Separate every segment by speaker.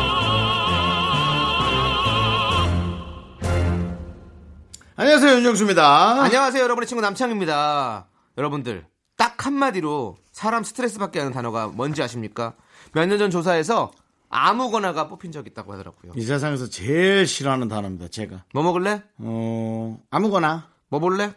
Speaker 1: 안녕하세요 윤정수입니다.
Speaker 2: 어. 안녕하세요, 여러분의 친구 남창입니다. 여러분들, 딱 한마디로 사람 스트레스 받게 하는 단어가 뭔지 아십니까? 몇 년 전 조사에서 아무거나가 뽑힌 적 있다고 하더라고요.
Speaker 1: 이 세상에서 제일 싫어하는 단어입니다. 제가
Speaker 2: 뭐 먹을래?
Speaker 1: 어 아무거나
Speaker 2: 뭐 볼래?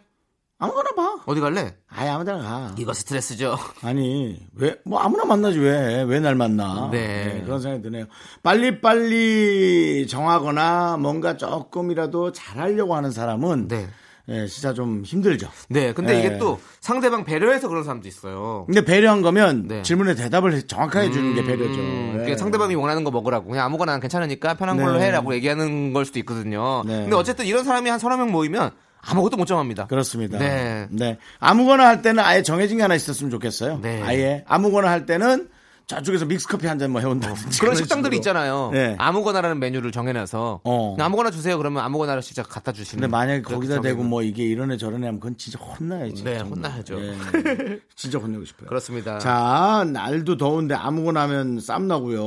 Speaker 1: 아무거나 봐.
Speaker 2: 어디 갈래?
Speaker 1: 아예 아무데나 가.
Speaker 2: 이거 스트레스죠.
Speaker 1: 아니 왜 뭐 아무나 만나지 왜 왜 날 만나?
Speaker 2: 네.
Speaker 1: 그런 생각이 드네요. 빨리 빨리 정하거나 뭔가 조금이라도 잘하려고 하는 사람은
Speaker 2: 네.
Speaker 1: 예, 진짜 좀 힘들죠.
Speaker 2: 네, 근데
Speaker 1: 예.
Speaker 2: 이게 또 상대방 배려해서 그런 사람도 있어요.
Speaker 1: 근데 배려한 거면
Speaker 2: 네.
Speaker 1: 질문에 대답을 정확하게 주는 게 배려죠.
Speaker 2: 음,
Speaker 1: 예.
Speaker 2: 그러니까 상대방이 원하는 거 먹으라고 그냥 아무거나 난 괜찮으니까 편한
Speaker 1: 네.
Speaker 2: 걸로 해라고 얘기하는 걸 수도 있거든요.
Speaker 1: 네.
Speaker 2: 근데 어쨌든 이런 사람이 한 서너 명 모이면 아무것도 못 정합니다.
Speaker 1: 그렇습니다. 네.
Speaker 2: 네.
Speaker 1: 아무거나 할 때는 아예 정해진 게 하나 있었으면 좋겠어요.
Speaker 2: 네.
Speaker 1: 아예 아무거나 할 때는 저쪽에서 믹스커피 한 잔 뭐 해온다든지.
Speaker 2: 어, 그런
Speaker 1: 식으로.
Speaker 2: 식당들이 있잖아요.
Speaker 1: 네.
Speaker 2: 아무거나라는 메뉴를 정해놔서
Speaker 1: 어.
Speaker 2: 그냥 아무거나 주세요. 그러면 아무거나를 진짜 갖다 주시는.
Speaker 1: 근데 만약에
Speaker 2: 그렇게
Speaker 1: 거기다
Speaker 2: 정해놓은-
Speaker 1: 대고 뭐 이게 이러네 저러네 하면 그건 진짜 혼나야지.
Speaker 2: 네, 혼나야죠.
Speaker 1: 예. 진짜 혼내고 싶어요.
Speaker 2: 그렇습니다.
Speaker 1: 자, 날도 더운데 아무거나 하면 쌈 나고요.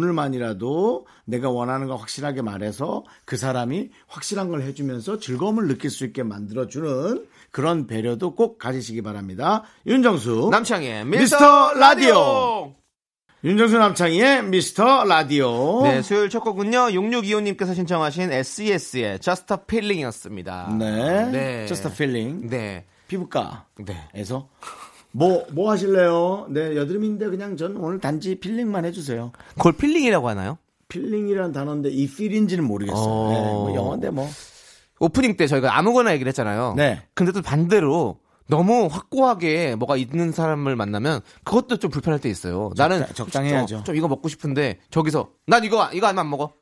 Speaker 1: 오늘만이라도 내가 원하는 거 확실하게 말해서 그 사람이 확실한 걸 해주면서 즐거움을 느낄 수 있게 만들어주는 그런 배려도 꼭 가지시기 바랍니다. 윤정수.
Speaker 2: 남창의
Speaker 1: 미스터 라디오. 윤정수 남창희의 미스터 라디오.
Speaker 2: 네,
Speaker 1: 네.
Speaker 2: 수요일 첫 곡은요. 6625님께서 신청하신 SES의 Just a Feeling이었습니다.
Speaker 1: 네. Just a feeling.
Speaker 2: 네.
Speaker 1: 피부과.
Speaker 2: 네.
Speaker 1: 에서 뭐, 뭐 하실래요? 네, 여드름인데 그냥 전 오늘 단지 필링만 해주세요.
Speaker 2: 그걸 필링이라고 하나요?
Speaker 1: 필링이라는 단어인데 이 필인지는 모르겠어요.
Speaker 2: 어.
Speaker 1: 네, 뭐 영어인데 뭐.
Speaker 2: 오프닝 때 저희가 아무거나 얘기를 했잖아요.
Speaker 1: 네.
Speaker 2: 근데 또 반대로 너무 확고하게 뭐가 있는 사람을 만나면 그것도 좀 불편할 때 있어요. 나는
Speaker 1: 적당해야죠.
Speaker 2: 좀, 좀 이거 먹고 싶은데 저기서 난 이거 이거 안 먹어.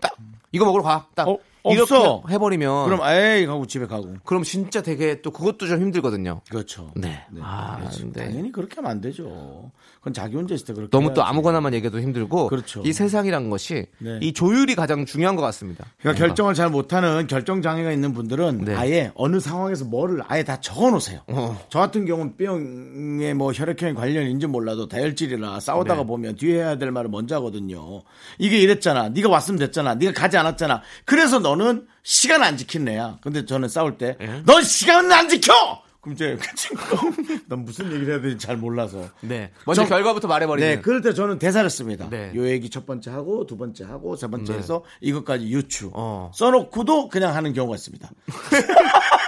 Speaker 2: 딱 이거 먹으러 가. 딱
Speaker 1: 어,
Speaker 2: 이렇게
Speaker 1: 없어.
Speaker 2: 해버리면
Speaker 1: 그럼
Speaker 2: 그럼
Speaker 1: 에이 하고 집에 가고.
Speaker 2: 진짜 되게 또 그것도 좀 힘들거든요.
Speaker 1: 그렇죠.
Speaker 2: 네. 아,
Speaker 1: 그렇죠.
Speaker 2: 네.
Speaker 1: 당연히 그렇게 하면 안 되죠. 그건 자기 혼자 있을 때 그렇게.
Speaker 2: 너무 또
Speaker 1: 해야지.
Speaker 2: 아무거나만 얘기해도 힘들고
Speaker 1: 그렇죠.
Speaker 2: 이 세상이란 것이
Speaker 1: 네.
Speaker 2: 이 조율이 가장 중요한 것 같습니다.
Speaker 1: 그러니까 결정을 잘 못하는 결정 장애가 있는 분들은
Speaker 2: 음. 네.
Speaker 1: 아예 어느 상황에서 뭐를 아예 다 적어놓으세요.
Speaker 2: 어.
Speaker 1: 저 같은 경우는 B형의 뭐 혈액형이 관련인지 몰라도 다혈질이라 싸우다가
Speaker 2: 네.
Speaker 1: 보면 뒤에 해야 될 말을 먼저 하거든요. 이게 이랬잖아. 네가 왔으면 됐잖아. 네가 가지 않았잖아. 그래서 너는 시간 안 지킨 애야. 근데 저는 싸울
Speaker 2: 예?
Speaker 1: 때 넌 시간은 안 지켜. 그럼 이제 그 친구 난 무슨 얘기를 해야 될지 잘 몰라서.
Speaker 2: 네. 먼저
Speaker 1: 저-
Speaker 2: 결과부터 말해버리는.
Speaker 1: 네, 그럴 때 저는 대사를 씁니다.
Speaker 2: 네.
Speaker 1: 요 얘기 첫 번째 하고 두 번째 하고 세 번째 해서 이것까지 유추.
Speaker 2: 어.
Speaker 1: 써놓고도 그냥 하는 경우가 있습니다.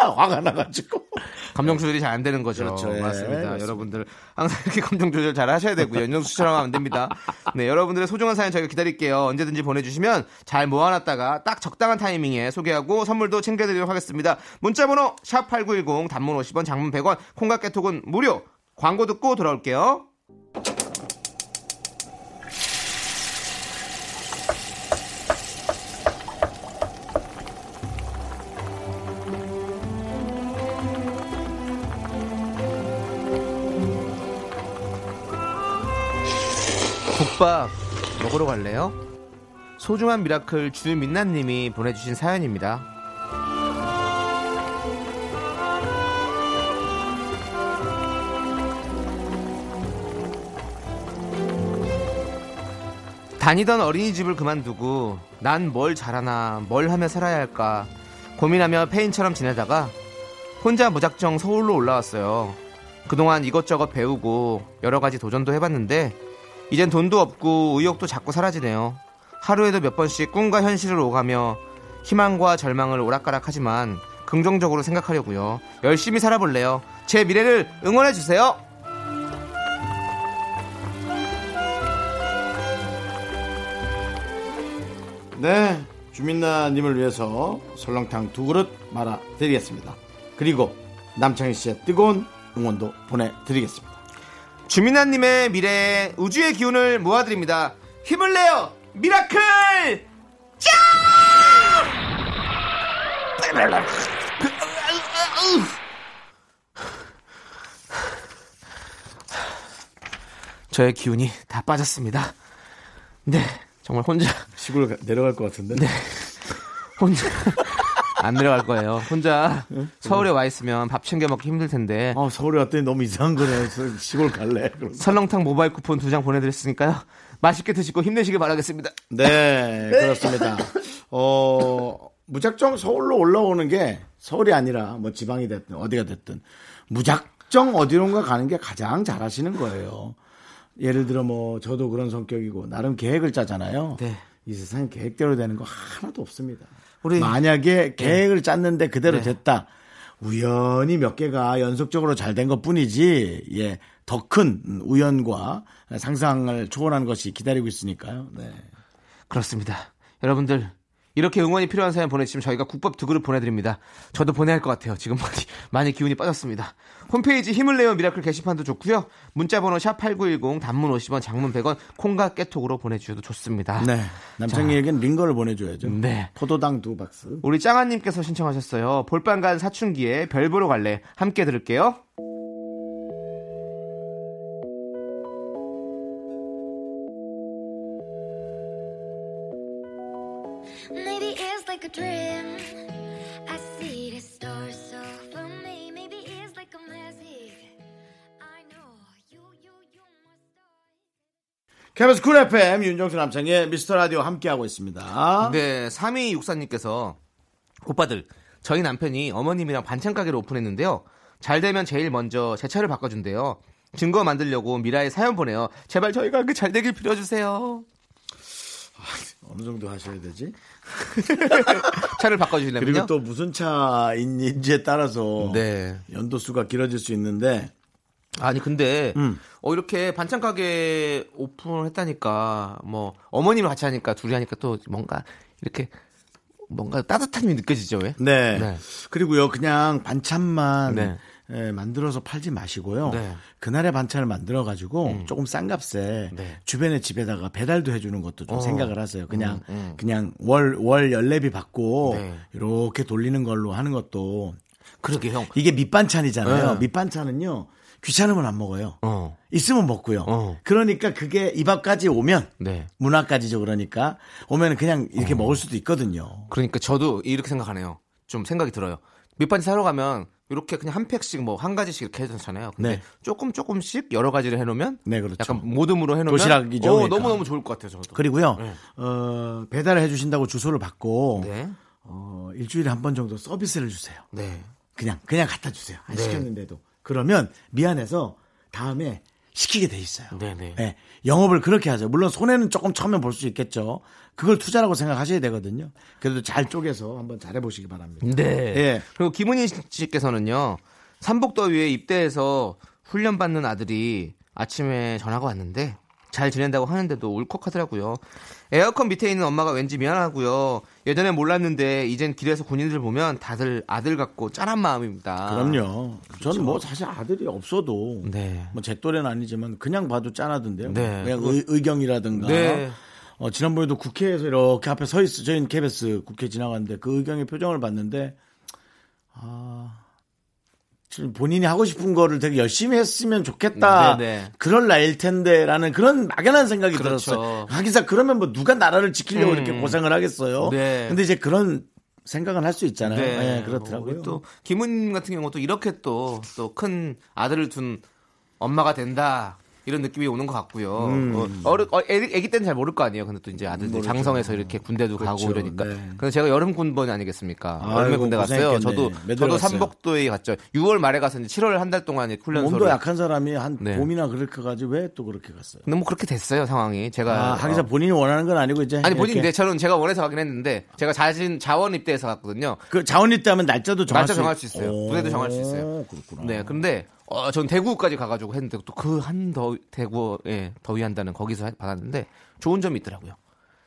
Speaker 1: 화가 나가지고.
Speaker 2: 감정 조절이 잘 안 되는 거죠.
Speaker 1: 그렇죠. 예,
Speaker 2: 맞습니다.
Speaker 1: 맞습니다.
Speaker 2: 여러분들 항상 이렇게 감정 조절 잘 하셔야 되고요. 연정수처럼 하면 안 됩니다. 네, 여러분들의 소중한 사연 저희가 기다릴게요. 언제든지 보내주시면 잘 모아놨다가 딱 적당한 타이밍에 소개하고 선물도 챙겨드리도록 하겠습니다. 문자번호 샵 #8910 단문 50원, 장문 100원, 콩과 깨톡은 무료. 광고 듣고 돌아올게요. 국밥 먹으러 갈래요? 소중한 미라클 주민나님이 보내주신 사연입니다. 다니던 어린이집을 그만두고 난 뭘 잘하나 뭘 하며 살아야 할까 고민하며 폐인처럼 지내다가 혼자 무작정 서울로 올라왔어요. 그동안 이것저것 배우고 여러 가지 도전도 해봤는데 이젠 돈도 없고 의욕도 자꾸 사라지네요. 하루에도 몇 번씩 꿈과 현실을 오가며 희망과 절망을 오락가락하지만 긍정적으로 생각하려고요. 열심히 살아볼래요. 제 미래를 응원해 주세요.
Speaker 1: 네, 주민나님을 위해서 설렁탕 두 그릇 말아드리겠습니다. 그리고 남창희 씨의 뜨거운 응원도 보내드리겠습니다.
Speaker 2: 주민아님의 미래에 우주의 기운을 모아드립니다. 힘을 내요, 미라클! 짱! 저의 기운이 다 빠졌습니다. 네, 정말 혼자
Speaker 1: 시골 가- 내려갈 것 같은데.
Speaker 2: 혼자 안 내려갈 거예요. 혼자 서울에 와 있으면 밥 챙겨 먹기 힘들 텐데
Speaker 1: 아, 서울에 왔더니 너무 이상한 거네. 서- 시골 갈래. 그럼.
Speaker 2: 설렁탕 모바일 쿠폰 두 장 보내드렸으니까요. 맛있게 드시고 힘내시길 바라겠습니다.
Speaker 1: 네, 그렇습니다. 어, 무작정 서울로 올라오는 게 서울이 아니라 뭐 지방이 됐든 어디가 됐든 무작정 어디론가 가는 게 가장 잘 하시는 거예요. 예를 들어 뭐 저도 그런 성격이고 나름 계획을 짜잖아요.
Speaker 2: 네.
Speaker 1: 이 세상 계획대로 되는 거 하나도 없습니다.
Speaker 2: 우리- 네.
Speaker 1: 만약에 계획을 짰는데 그대로 됐다. 우연히 몇 개가 연속적으로 잘 된 것 뿐이지, 예, 더 큰 우연과 상상을 초월한 것이 기다리고 있으니까요. 네.
Speaker 2: 그렇습니다. 여러분들 이렇게 응원이 필요한 사연 보내주시면 저희가 국밥 두 그릇 보내드립니다. 저도 보내야 할 것 같아요. 지금 많이, 많이 기운이 빠졌습니다. 홈페이지 힘을 내요 미라클 게시판도 좋고요. 문자번호 샵8910 단문 50원 장문 100원 콩과 깨톡으로 보내주셔도 좋습니다.
Speaker 1: 네. 남창희에겐 링거를 보내줘야죠.
Speaker 2: 네.
Speaker 1: 포도당 두 박스.
Speaker 2: 우리 짱아님께서 신청하셨어요. 볼빵 간 사춘기에 별 보러 갈래. 함께 들을게요.
Speaker 3: Maybe it's like a dream. I see the stars so for me. Maybe it's like a magic. I know you, you, you must die.
Speaker 1: KBS 쿨 FM 윤정수 남창희의 미스터 라디오 함께하고 있습니다.
Speaker 2: 네, 3위 육사님께서 오빠들 저희 남편이 어머님이랑 반찬 가게를 오픈했는데요. 잘 되면 제일 먼저 제 차를 바꿔준대요. 증거 만들려고 미라에 사연 보내요. 제발 저희가 그 잘 되길 빌어주세요.
Speaker 1: 어느 정도 하셔야 되지?
Speaker 2: 차를 바꿔주시려면요.
Speaker 1: 그리고 또 무슨 차인지에 따라서
Speaker 2: 네.
Speaker 1: 연도수가 길어질 수 있는데
Speaker 2: 아니 근데
Speaker 1: 음.
Speaker 2: 어 이렇게 반찬 가게 오픈을 했다니까 뭐 어머님을 같이 하니까 둘이 하니까 또 뭔가 이렇게 뭔가 따뜻함이 느껴지죠 왜?
Speaker 1: 네.
Speaker 2: 네.
Speaker 1: 그리고요, 그냥 반찬만
Speaker 2: 네.
Speaker 1: 예, 만들어서 팔지 마시고요.
Speaker 2: 네. 음.
Speaker 1: 그날의 반찬을 만들어 가지고 조금 싼 값에
Speaker 2: 네. 어.
Speaker 1: 주변에 집에다가 배달도 해주는 것도 좀 생각을 하세요. 그냥 그냥 월월 연례비 받고
Speaker 2: 음, 네.
Speaker 1: 이렇게 돌리는 걸로 하는 것도
Speaker 2: 그러게 형.
Speaker 1: 이게 밑반찬이잖아요.
Speaker 2: 네.
Speaker 1: 밑반찬은요 귀찮으면 안 먹어요.
Speaker 2: 어.
Speaker 1: 있으면 먹고요.
Speaker 2: 어.
Speaker 1: 그러니까 그게 입 앞까지 오면
Speaker 2: 네. 어.
Speaker 1: 문화까지죠. 그러니까 오면 그냥 이렇게 먹을 수도 있거든요.
Speaker 2: 그러니까 저도 이렇게 생각하네요. 좀 생각이 들어요. 밑반지 사러 가면 이렇게 그냥 한 팩씩 뭐 한 가지씩 이렇게 해놓잖아요. 근데
Speaker 1: 네.
Speaker 2: 조금 조금씩 여러 가지를 해놓으면
Speaker 1: 네, 그렇죠.
Speaker 2: 약간 모듬으로 해놓으면
Speaker 1: 도시락이죠,
Speaker 2: 어,
Speaker 1: 그러니까.
Speaker 2: 너무너무 좋을 것 같아요. 저도.
Speaker 1: 그리고요,
Speaker 2: 네.
Speaker 1: 어, 배달을 해주신다고 주소를 받고,
Speaker 2: 네.
Speaker 1: 어, 일주일에 한 번 정도 서비스를 주세요.
Speaker 2: 네.
Speaker 1: 그냥, 그냥 갖다 주세요. 안
Speaker 2: 네.
Speaker 1: 시켰는데도. 그러면 미안해서 다음에 시키게 돼 있어요.
Speaker 2: 네네.
Speaker 1: 예, 영업을 그렇게 하죠. 물론 손해는 조금 처음에 볼 수 있겠죠. 그걸 투자라고 생각하셔야 되거든요. 그래도 잘 쪼개서 한번 잘해보시기 바랍니다.
Speaker 2: 네.
Speaker 1: 예.
Speaker 2: 그리고 김은희 씨께서는요. 삼복더위에 입대해서 훈련 받는 아들이 아침에 전화가 왔는데 잘 지낸다고 하는데도 울컥하더라고요. 에어컨 밑에 있는 엄마가 왠지 미안하고요. 예전에 몰랐는데 이젠 길에서 군인들 보면 다들 아들 같고 짠한 마음입니다.
Speaker 1: 그럼요. 저는 뭐 사실 아들이 없어도
Speaker 2: 아, 그렇죠. 네.
Speaker 1: 뭐 제 또래는 아니지만 그냥 봐도 짠하던데요.
Speaker 2: 네.
Speaker 1: 그냥 의, 의경이라든가.
Speaker 2: 네.
Speaker 1: 어, 지난번에도 국회에서 이렇게 앞에 서 있어. 저희는 KBS 국회 지나갔는데 그 의경의 표정을 봤는데 아, 지금 본인이 하고 싶은 거를 되게 열심히 했으면 좋겠다.
Speaker 2: 네, 네.
Speaker 1: 그럴 나일 텐데라는 그런 막연한 생각이
Speaker 2: 그렇죠. 음.
Speaker 1: 들었어요. 하기사 그러면 뭐 누가 나라를 지키려고 이렇게 고생을 하겠어요.
Speaker 2: 네.
Speaker 1: 근데 이제 그런 생각은 할 수 있잖아요.
Speaker 2: 네,
Speaker 1: 예, 그렇더라고요.
Speaker 2: 우리 또 김은 같은 경우도 이렇게 또 또 큰 아들을 둔 엄마가 된다. 이런 느낌이 오는 것 같고요.
Speaker 1: 음.
Speaker 2: 어, 어르, 어, 애기, 애기 때는 잘 모를 거 아니에요. 근데 또 이제 아들들 장성에서 이렇게 군대도 가고
Speaker 1: 그렇죠,
Speaker 2: 이러니까.
Speaker 1: 네.
Speaker 2: 그래서 제가 여름 군번이 아니겠습니까?
Speaker 1: 아이고,
Speaker 2: 여름에 군대 갔어요.
Speaker 1: 고생했겠네.
Speaker 2: 저도
Speaker 1: 몇
Speaker 2: 저도
Speaker 1: 월에 갔어요?
Speaker 2: 삼복도에 갔죠. 6월 말에 가서 이제 7월 한 달 동안 훈련소를.
Speaker 1: 몸도 약한 사람이 한
Speaker 2: 네.
Speaker 1: 봄이나 그렇게 가지 왜 또 그렇게 갔어요?
Speaker 2: 근데 뭐 그렇게 됐어요 상황이. 제가
Speaker 1: 아, 하기사
Speaker 2: 어,
Speaker 1: 본인이 원하는 건 아니고 이제
Speaker 2: 아니 본인
Speaker 1: 이렇게
Speaker 2: 내 저는 제가 원해서 가긴 했는데 제가 자신 자원 입대해서 갔거든요.
Speaker 1: 그 자원 입대하면 날짜도 정할
Speaker 2: 날짜
Speaker 1: 수
Speaker 2: 정할 수 있어요.
Speaker 1: 오,
Speaker 2: 군대도 정할 수 있어요.
Speaker 1: 그렇구나.
Speaker 2: 네, 근데 어, 전 대구까지 가가지고 했는데 또 그 한 더 대구에 더위 한다는 거기서 하- 받았는데 좋은 점이 있더라고요.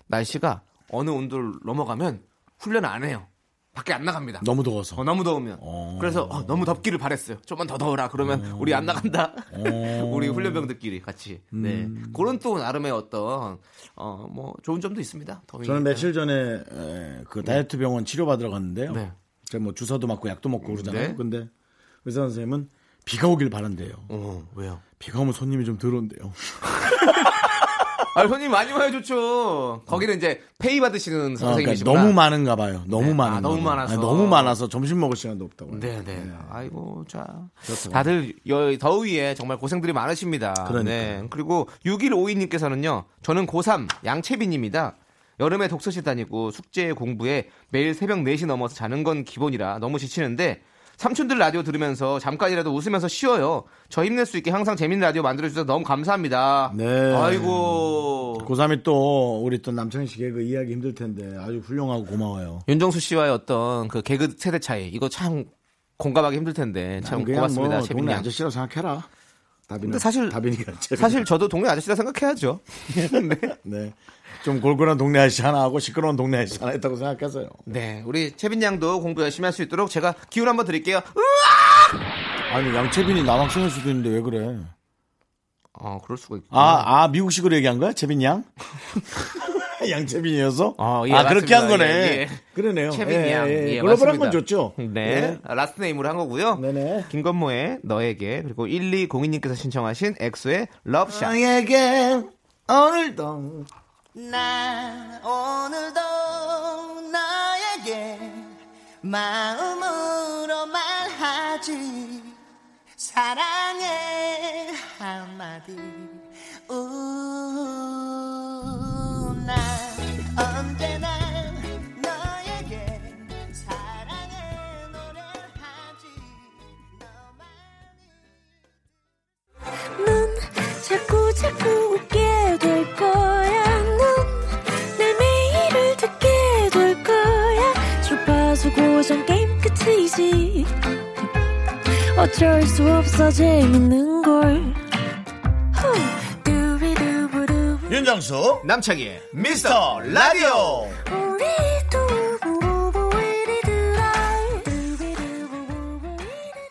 Speaker 2: 날씨가 어느 온도를 넘어가면 훈련 안 해요. 밖에 안 나갑니다.
Speaker 1: 너무 더워서.
Speaker 2: 어, 너무 더우면. 그래서 어, 너무 덥기를 바랬어요. 좀만 더 더워라. 그러면
Speaker 1: 어.
Speaker 2: 우리 안 나간다. 우리 훈련병들끼리 같이. 네,
Speaker 1: 음.
Speaker 2: 그런 또 나름의 어떤 어, 뭐 좋은 점도 있습니다. 더위.
Speaker 1: 저는 며칠 전에 에, 그 다이어트 병원 치료받으러 갔는데요.
Speaker 2: 네.
Speaker 1: 제가 뭐 주사도 맞고 약도 먹고 그러잖아요.
Speaker 2: 네.
Speaker 1: 근데 의사 선생님은 비가 오길 바란대요.
Speaker 2: 어, 왜요?
Speaker 1: 비가 오면 손님이 좀 들어온대요.
Speaker 2: 아, 손님 많이 와야 좋죠. 거기는 이제 페이 받으시는
Speaker 1: 아, 그러니까
Speaker 2: 선생님이시구나.
Speaker 1: 너무 많은가 봐요. 너무
Speaker 2: 네.
Speaker 1: 많은
Speaker 2: 아, 너무
Speaker 1: 거는.
Speaker 2: 많아서.
Speaker 1: 아니, 너무 많아서 점심 먹을 시간도 없다고.
Speaker 2: 네, 네. 아이고, 자.
Speaker 1: 그렇습니다.
Speaker 2: 다들 여- 더위에 정말 고생들이 많으십니다.
Speaker 1: 그러니까요.
Speaker 2: 네. 그리고 6152님께서는요, 저는 고3 양채빈입니다. 여름에 독서실 다니고 숙제 공부에 매일 새벽 4시 넘어서 자는 건 기본이라 너무 지치는데, 삼촌들 라디오 들으면서 잠깐이라도 웃으면서 쉬어요. 저 힘낼 수 있게 항상 재밌는 라디오 만들어주셔서 너무 감사합니다.
Speaker 1: 네.
Speaker 2: 아이고.
Speaker 1: 고3이 또 우리 또 남창희 씨 개그 이해하기 힘들 텐데 아주 훌륭하고 고마워요.
Speaker 2: 윤정수 씨와의 어떤 그 개그 세대 차이, 이거 참 공감하기 힘들 텐데, 참
Speaker 1: 그냥
Speaker 2: 고맙습니다.
Speaker 1: 뭐
Speaker 2: 채빈이
Speaker 1: 동네
Speaker 2: 양.
Speaker 1: 아저씨라고 생각해라. 다빈이.
Speaker 2: 근데 사실-
Speaker 1: 다빈이가 제일-
Speaker 2: 사실 저도 동네 아저씨라 생각해야죠. 네.
Speaker 1: 네. 좀 골골한 동네 아저씨 하나 하고 시끄러운 동네 아저씨 하나 있다고 생각해서요.
Speaker 2: 네, 우리 채빈 양도 공부 열심히 할 수 있도록 제가 기운 한번 드릴게요.
Speaker 1: 아니 양채빈이 남학생일 수도 있는데 왜 그래?
Speaker 2: 어, 그럴 수가 있고.
Speaker 1: 아, 아 미국식으로 얘기한 거야? 채빈 양? 양채빈이어서?
Speaker 2: 어, 예,
Speaker 1: 아 그렇게
Speaker 2: 맞습니다.
Speaker 1: 한 거네.
Speaker 2: 예, 예.
Speaker 1: 그러네요.
Speaker 2: 채빈
Speaker 1: 예,
Speaker 2: 양.
Speaker 1: 예,
Speaker 2: 예,
Speaker 1: 글로벌한 건
Speaker 2: 맞습니다.
Speaker 1: 좋죠. 예.
Speaker 2: 네. 아, 라스트 네임으로 한 거고요.
Speaker 1: 네네.
Speaker 2: 김건모의 너에게 그리고 1202님께서 신청하신 엑소의 러브샷.
Speaker 1: 나에게 오늘도
Speaker 4: 나 오늘도 나에게 마음으로 말하지 사랑해 한마디 우나 언제나 너에게 사랑해 노래하지 너만이
Speaker 5: 넌 자꾸 자꾸 웃게 될 거야. 넌내 매일을 듣게 될 거야. 주파수 고정 게임 끝이지. 어쩔 수 없어 재밌는 걸. 후. 두비두부두.
Speaker 1: 윤정수
Speaker 2: 남창희의
Speaker 1: 미스터 라디오
Speaker 5: 우리 두부부부 우리들아. 두비두부부부 우리들아.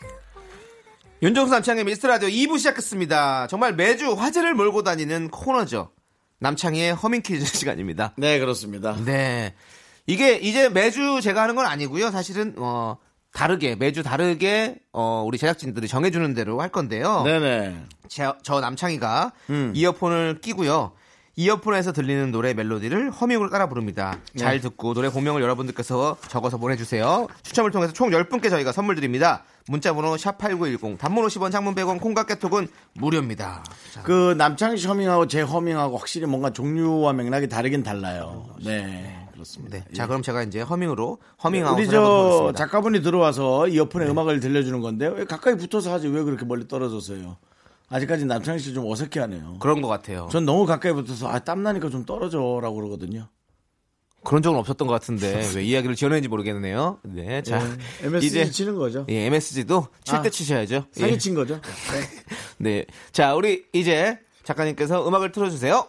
Speaker 2: 윤종수 남창의 미스터 라디오 2부 시작했습니다. 정말 매주 화제를 몰고 다니는 코너죠. 남창희의 허밍 퀴즈 시간입니다.
Speaker 1: 네 그렇습니다.
Speaker 2: 네. 이게 이제 매주 제가 하는 건 아니고요. 사실은 어 다르게 매주 다르게 어 우리 제작진들이 정해 주는 대로 할 건데요.
Speaker 1: 네네. 음.
Speaker 2: 제- 저 남창희가 이어폰을 끼고요. 이어폰에서 들리는 노래 멜로디를 허밍으로 따라 부릅니다.
Speaker 1: 네.
Speaker 2: 잘 듣고 노래 본명을 여러분들께서 적어서 보내주세요. 추첨을 통해서 총 10분께 저희가 선물 드립니다. 문자번호 샵8910 단문 50원 장문 100원 콩과 깨톡은 무료입니다. 자,
Speaker 1: 그 남창희 씨 허밍하고 제 허밍하고 확실히 뭔가 종류와 맥락이 다르긴 달라요. 네 그렇습니다.
Speaker 2: 네. 자 그럼 제가 이제 허밍으로 허밍하고
Speaker 1: 네, 우리
Speaker 2: 전화 한번
Speaker 1: 저
Speaker 2: 보겠습니다.
Speaker 1: 작가분이 들어와서 이어폰에 음악을 들려주는 건데 왜 가까이 붙어서 하지 왜 그렇게 멀리 떨어져서요? 아직까지 남창희 씨 좀 어색해하네요.
Speaker 2: 그런 것 같아요.
Speaker 1: 전 너무 가까이 붙어서 아 땀 나니까 좀 떨어져라고 그러거든요.
Speaker 2: 그런 적은 없었던 것 같은데 왜 이야기를 지어낸지 모르겠네요. 네, 자
Speaker 1: MSG
Speaker 2: 이제
Speaker 1: 치는 거죠.
Speaker 2: 예, MSG도 칠 때
Speaker 1: 아,
Speaker 2: 치셔야죠. 예.
Speaker 1: 사기 친 거죠.
Speaker 2: 네, 자 우리 이제 작가님께서 음악을 틀어주세요.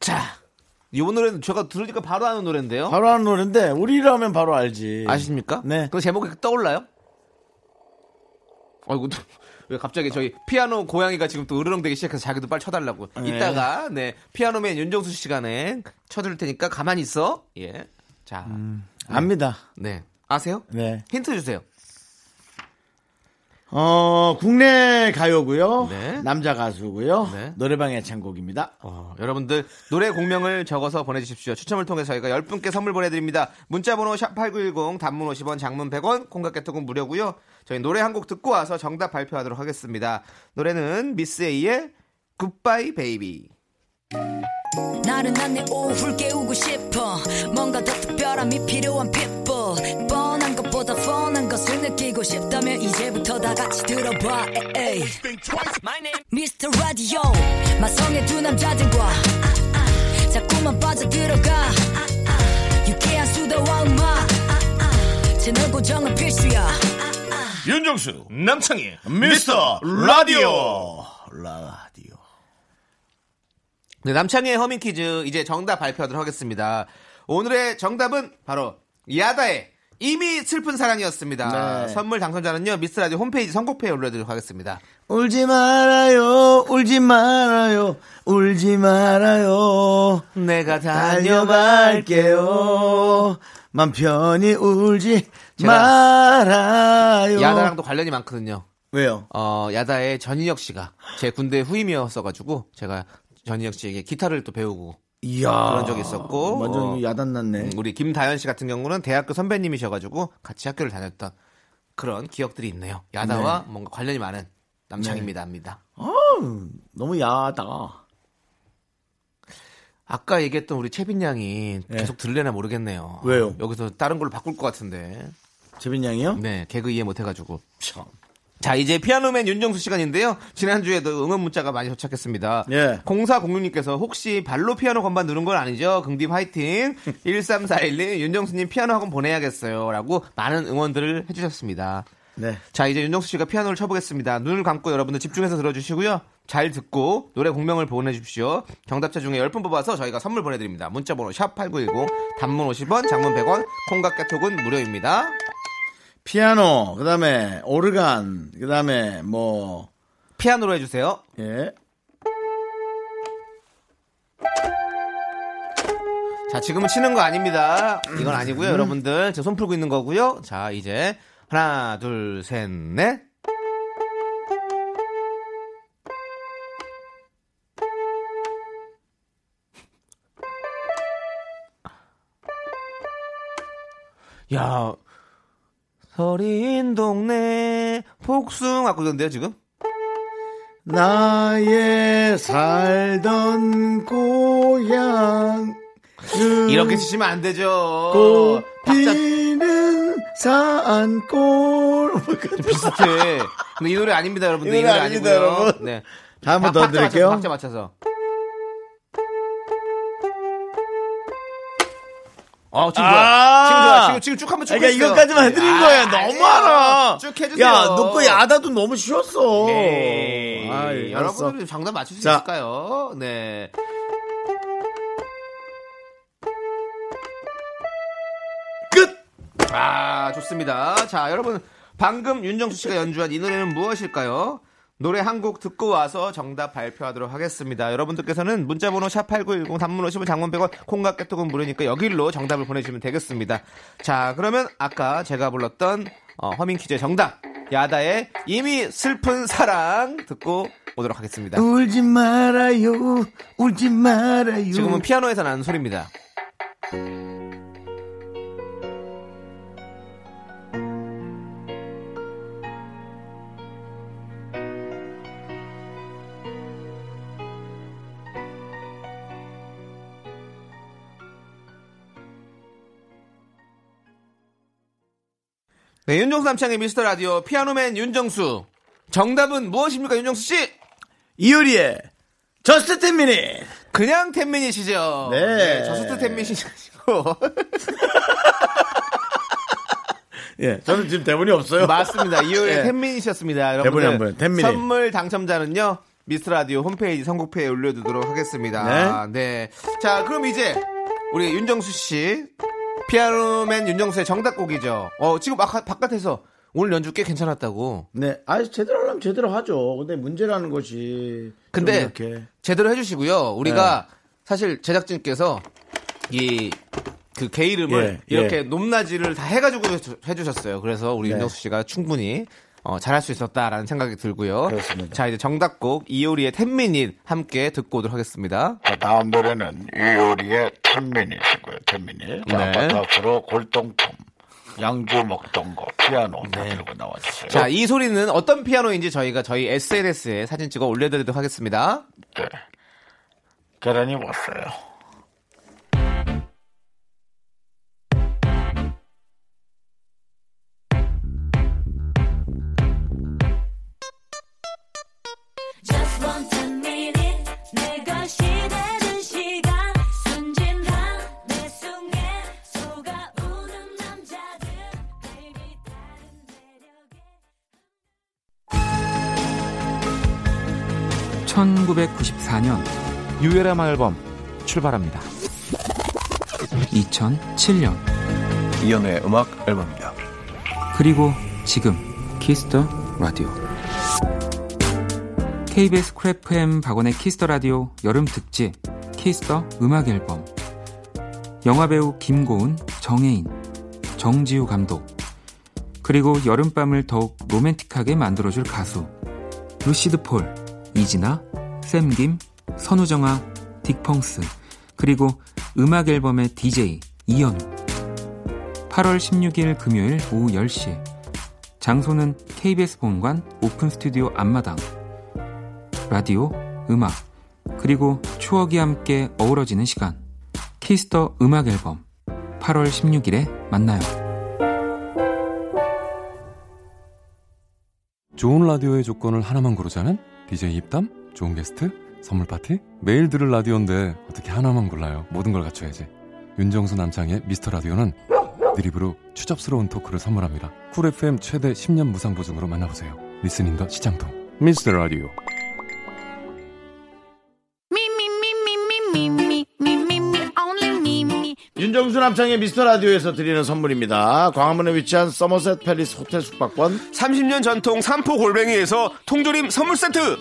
Speaker 2: 자, 이 노래는 제가 들으니까 바로 아는 노래인데요.
Speaker 1: 바로 하는 노래인데 우리라면 바로 알지.
Speaker 2: 아십니까?
Speaker 1: 네.
Speaker 2: 그 제목이 떠올라요? 아이고 왜 갑자기 저희 피아노 고양이가 지금 또 으르렁대기 시작해서 자기도 빨리 쳐달라고.
Speaker 1: 네.
Speaker 2: 이따가 네 피아노맨 윤정수 시간에 쳐줄 테니까 가만히 있어. 예. 자,
Speaker 1: 압니다.
Speaker 2: 네 아세요?
Speaker 1: 음. 네.
Speaker 2: 힌트 주세요.
Speaker 1: 어 국내 가요고요.
Speaker 2: 네.
Speaker 1: 남자 가수고요.
Speaker 2: 네.
Speaker 1: 노래방 애창곡입니다.
Speaker 2: 어, 여러분들 노래 공명을 적어서 보내주십시오. 추첨을 통해서 저희가 10분께 선물 보내드립니다. 문자번호 샵8910 단문 50원 장문 100원 콩깍개톡은 무료고요. 저희 노래 한 곡 듣고 와서 정답 발표하도록 하겠습니다. 노래는 미스에이의 굿바이 베이비
Speaker 6: 나른한 내 오후를 깨우고 싶어 뭔가 더 특별함이 필요한 people 뻔한 것보다 뻔한 것을 느끼고 싶다면 이제부터 다 같이 들어봐 에이. Mr. Radio 마성의 두 남자들과 아, 자꾸만 빠져들어가 아, 유쾌한 수다와 음악 아, 채널 고정은 필수야
Speaker 1: 윤정수 남창희 미스터 라디오 라디오
Speaker 2: 네, 남창희의 허밍 퀴즈 이제 정답 발표하도록 하겠습니다. 오늘의 정답은 바로 야다의 이미 슬픈 사랑이었습니다.
Speaker 1: 네.
Speaker 2: 선물 당첨자는요 미스라디오 홈페이지 선곡표에 올려드리도록 하겠습니다.
Speaker 1: 울지 말아요, 울지 말아요, 울지 말아요.
Speaker 2: 내가
Speaker 1: 달려갈게요. 맘 편히 울지
Speaker 2: 제가
Speaker 1: 말아요.
Speaker 2: 야다랑도 관련이 많거든요.
Speaker 1: 왜요?
Speaker 2: 어, 야다의 전인혁 씨가 제 군대 후임이었어가지고 제가 전인혁 씨에게 기타를 또 배우고
Speaker 1: 이야.
Speaker 2: 그런 적이 있었고,
Speaker 1: 완전
Speaker 2: 어.
Speaker 1: 야단났네.
Speaker 2: 음, 우리 김다현 씨 같은 경우는 대학교 선배님이셔가지고 같이 학교를 다녔던 그런 기억들이 있네요. 야다와 뭔가 관련이 많은 남창입니다. 합니다.
Speaker 1: 네. 너무 야하다.
Speaker 2: 아까 얘기했던 우리 채빈 양이 계속 들려나 모르겠네요.
Speaker 1: 네. 왜요?
Speaker 2: 여기서 다른 걸로 바꿀 것 같은데.
Speaker 1: 재빈 양이요?
Speaker 2: 네, 개그 이해 못해가지고.
Speaker 1: 참.
Speaker 2: 자, 이제 피아노맨 윤정수 시간인데요. 지난주에도 응원 문자가 많이 도착했습니다.
Speaker 1: 예.
Speaker 2: 0406님께서 혹시 발로 피아노 건반 누른 건 아니죠? 긍디 화이팅! 1341님, 윤정수님 피아노 학원 보내야겠어요. 라고 많은 응원들을 해주셨습니다.
Speaker 1: 네.
Speaker 2: 자, 이제 윤정수 씨가 피아노를 쳐보겠습니다. 눈을 감고 여러분들 집중해서 들어주시고요. 잘 듣고 노래 공명을 보내주십시오. 정답자 중에 10분 뽑아서 저희가 선물 보내드립니다. 문자번호 샵8910, 단문 50원, 장문 100원, 콩각 개톡은 무료입니다.
Speaker 1: 피아노, 그 다음에 오르간, 그 다음에 뭐,
Speaker 2: 피아노로 해주세요.
Speaker 1: 예.
Speaker 2: 자, 지금은 치는 거 아닙니다. 이건 아니고요, 여러분들. 제 손 풀고 있는 거고요. 자, 이제 하나, 둘, 셋, 넷. 야, 서린 동네 복숭아 그건데요 지금?
Speaker 1: 나의 살던 고향.
Speaker 2: 이렇게 치시면 안 되죠. 박자
Speaker 1: 꽃피는 어, 산골. 뭐
Speaker 2: 아, 비슷해. 근데 이 노래 아닙니다, 여러분들. 이
Speaker 1: 이
Speaker 2: 노래,
Speaker 1: 노래
Speaker 2: 아니고요.
Speaker 1: 아닙니다, 여러분.
Speaker 2: 네.
Speaker 1: 다음
Speaker 2: 박-
Speaker 1: 한번더
Speaker 2: 박자
Speaker 1: 드릴게요.
Speaker 2: 맞춰서, 박자 맞춰서. 어, 지금 좋아. 지금 좋아. 지금, 지금 쭉 한번 쭉.
Speaker 1: 그러니까
Speaker 2: 해주세요.
Speaker 1: 이것까지만 해드린 거야.
Speaker 2: 아, 아니에요.
Speaker 1: 너무하라.
Speaker 2: 쭉 해주세요.
Speaker 1: 야, 너거 야다도 너무 쉬웠어. 아이, 예,
Speaker 2: 에이,
Speaker 1: 알았어.
Speaker 2: 네. 여러분들 정답 맞출 수
Speaker 1: 자.
Speaker 2: 있을까요? 네.
Speaker 1: 끝!
Speaker 2: 아, 좋습니다. 자, 여러분. 방금 윤정수 씨가 연주한 이 노래는 무엇일까요? 노래 한 곡 듣고 와서 정답 발표하도록 하겠습니다. 여러분들께서는 문자번호 샵8910 단문 50원 장문 100원 콩깍개톡은 무료니까 여기로 정답을 보내주시면 되겠습니다. 자, 그러면 아까 제가 불렀던 어, 허밍 퀴즈의 정답. 야다의 이미 슬픈 사랑 듣고 오도록 하겠습니다.
Speaker 1: 울지 말아요. 울지 말아요.
Speaker 2: 지금은 피아노에서 나는 소리입니다. 네, 윤정수 남창의 미스터 라디오 피아노맨 윤정수. 정답은 무엇입니까, 윤정수 씨?
Speaker 1: 이효리의 저스트 텐 미니.
Speaker 2: 그냥 텐민이시죠?
Speaker 1: 네.
Speaker 2: 저스트 텐민이시고.
Speaker 1: 예, 저는 지금 대본이 없어요.
Speaker 2: 맞습니다. 이효의
Speaker 1: 예.
Speaker 2: 텐민이셨습니다.
Speaker 1: 대본이
Speaker 2: 여러분들
Speaker 1: 한 분, 텐민이.
Speaker 2: 선물 당첨자는요. 미스라디오 홈페이지 선곡표에 올려두도록 하겠습니다. 네. 자, 그럼 이제 우리 윤정수 씨. 피아노맨 윤정수의 정답곡이죠. 어, 지금 막 바깥에서 오늘 연주 꽤 괜찮았다고.
Speaker 1: 네, 아 제대로 하려면 제대로 하죠. 근데 문제라는 것이 좀
Speaker 2: 근데
Speaker 1: 이렇게 네.
Speaker 2: 제대로 해주시고요. 우리가 사실 제작진께서 이 그 개 이름을
Speaker 1: 예,
Speaker 2: 이렇게
Speaker 1: 예.
Speaker 2: 높낮이를 다 해가지고 해주- 해주셨어요. 그래서 우리
Speaker 1: 네.
Speaker 2: 윤정수 씨가 충분히 어, 잘할 수 있었다라는 생각이 들고요.
Speaker 1: 그렇습니다.
Speaker 2: 자 이제 정답곡 이효리의 텐미닛 함께 듣고 오도록 하겠습니다.
Speaker 7: 그 다음 노래는 이효리의 텐미닛이고요. 텐미닛.
Speaker 2: 네.
Speaker 7: 아까 앞으로 골동품, 양주 먹던 거, 피아노 다
Speaker 2: 네.
Speaker 7: 들고 나왔어요.
Speaker 2: 자 이 소리는 어떤 피아노인지 저희가 저희 SNS에 사진 찍어 올려드리도록 하겠습니다.
Speaker 7: 네. 계란이 왔어요.
Speaker 5: Just one ten minute 내 것이 되는 시간 순진한 내 순간 속아 우는 남자들 baby 다른 매력에
Speaker 8: 1994년
Speaker 9: 유열함 앨범 출발합니다.
Speaker 10: 2007년
Speaker 11: 이연우의 음악 앨범입니다.
Speaker 10: 그리고 지금 키스터 라디오 KBS 크래프엠 박원의 키스터 라디오 여름 특집 키스터 음악 앨범 영화배우 김고은, 정혜인, 정지우 감독 그리고 여름밤을 더욱 로맨틱하게 만들어줄 가수 루시드 폴, 이진아, 샘김, 선우정아, 딕펑스 그리고 음악 앨범의 DJ 이현우 8월 16일 금요일 오후 10시 장소는 KBS 본관 오픈 스튜디오 앞마당 라디오, 음악, 그리고 추억이 함께 어우러지는 시간 키스터 음악 앨범 8월 16일에 만나요
Speaker 12: 좋은 라디오의 조건을 하나만 고르자면 DJ 입담, 좋은 게스트, 선물 파티, 매일 들을 라디오인데 어떻게 하나만 골라요? 모든 걸 갖춰야지. 윤정수 남창의 미스터 라디오는 드립으로 추접스러운 토크를 선물합니다. 쿨 FM 최대 10년 무상 보증으로 만나보세요. 리스닝과 시장동 미스터 라디오.
Speaker 1: 윤정수 남창의 미스터 라디오에서 드리는 선물입니다. 광화문에 위치한 서머셋 팰리스 호텔 숙박권,
Speaker 2: 30년 전통 삼포 골뱅이에서 통조림 선물 세트.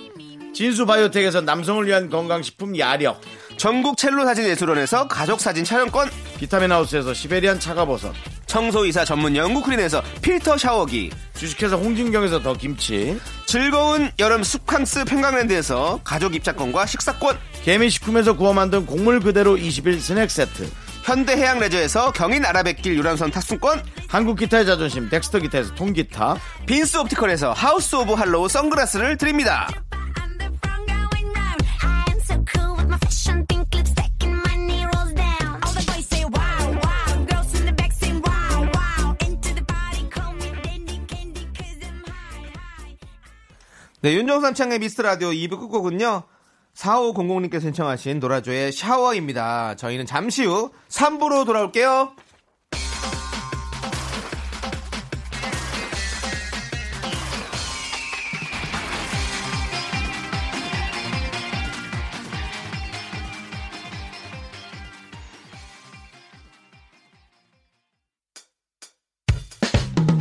Speaker 1: 진수 바이오텍에서 남성을 위한 건강식품 야력,
Speaker 2: 전국 첼로 사진 예술원에서 가족 사진 촬영권.
Speaker 1: 비타민 하우스에서 시베리안 차가버섯,
Speaker 2: 청소이사 전문 영국 크린에서 필터 샤워기.
Speaker 1: 주식회사 홍진경에서 더 김치,
Speaker 2: 즐거운 여름 숲캉스 평강랜드에서 가족 입장권과 식사권.
Speaker 1: 개미식품에서 구워 만든 곡물 그대로 21 스낵 세트,
Speaker 2: 현대해양 레저에서 경인 아라뱃길 유람선 탑승권.
Speaker 1: 한국 기타의 자존심 덱스터 기타에서 통기타,
Speaker 2: 빈스 옵티컬에서 하우스 오브 할로우 선글라스를 드립니다.
Speaker 6: I'm the wrong going round. I am so cool with my fashion, pink lipstick and my knee rolls down. All the boys say wow, wow. Girls in the back say wow, wow. Into the party, call me dandy candy, cause I'm high, high.
Speaker 2: 네, 윤정삼창의 미스트 라디오 2부 끝곡은요. 4500님께서 신청하신 노라조의 샤워입니다. 저희는 잠시 후 3부로 돌아올게요.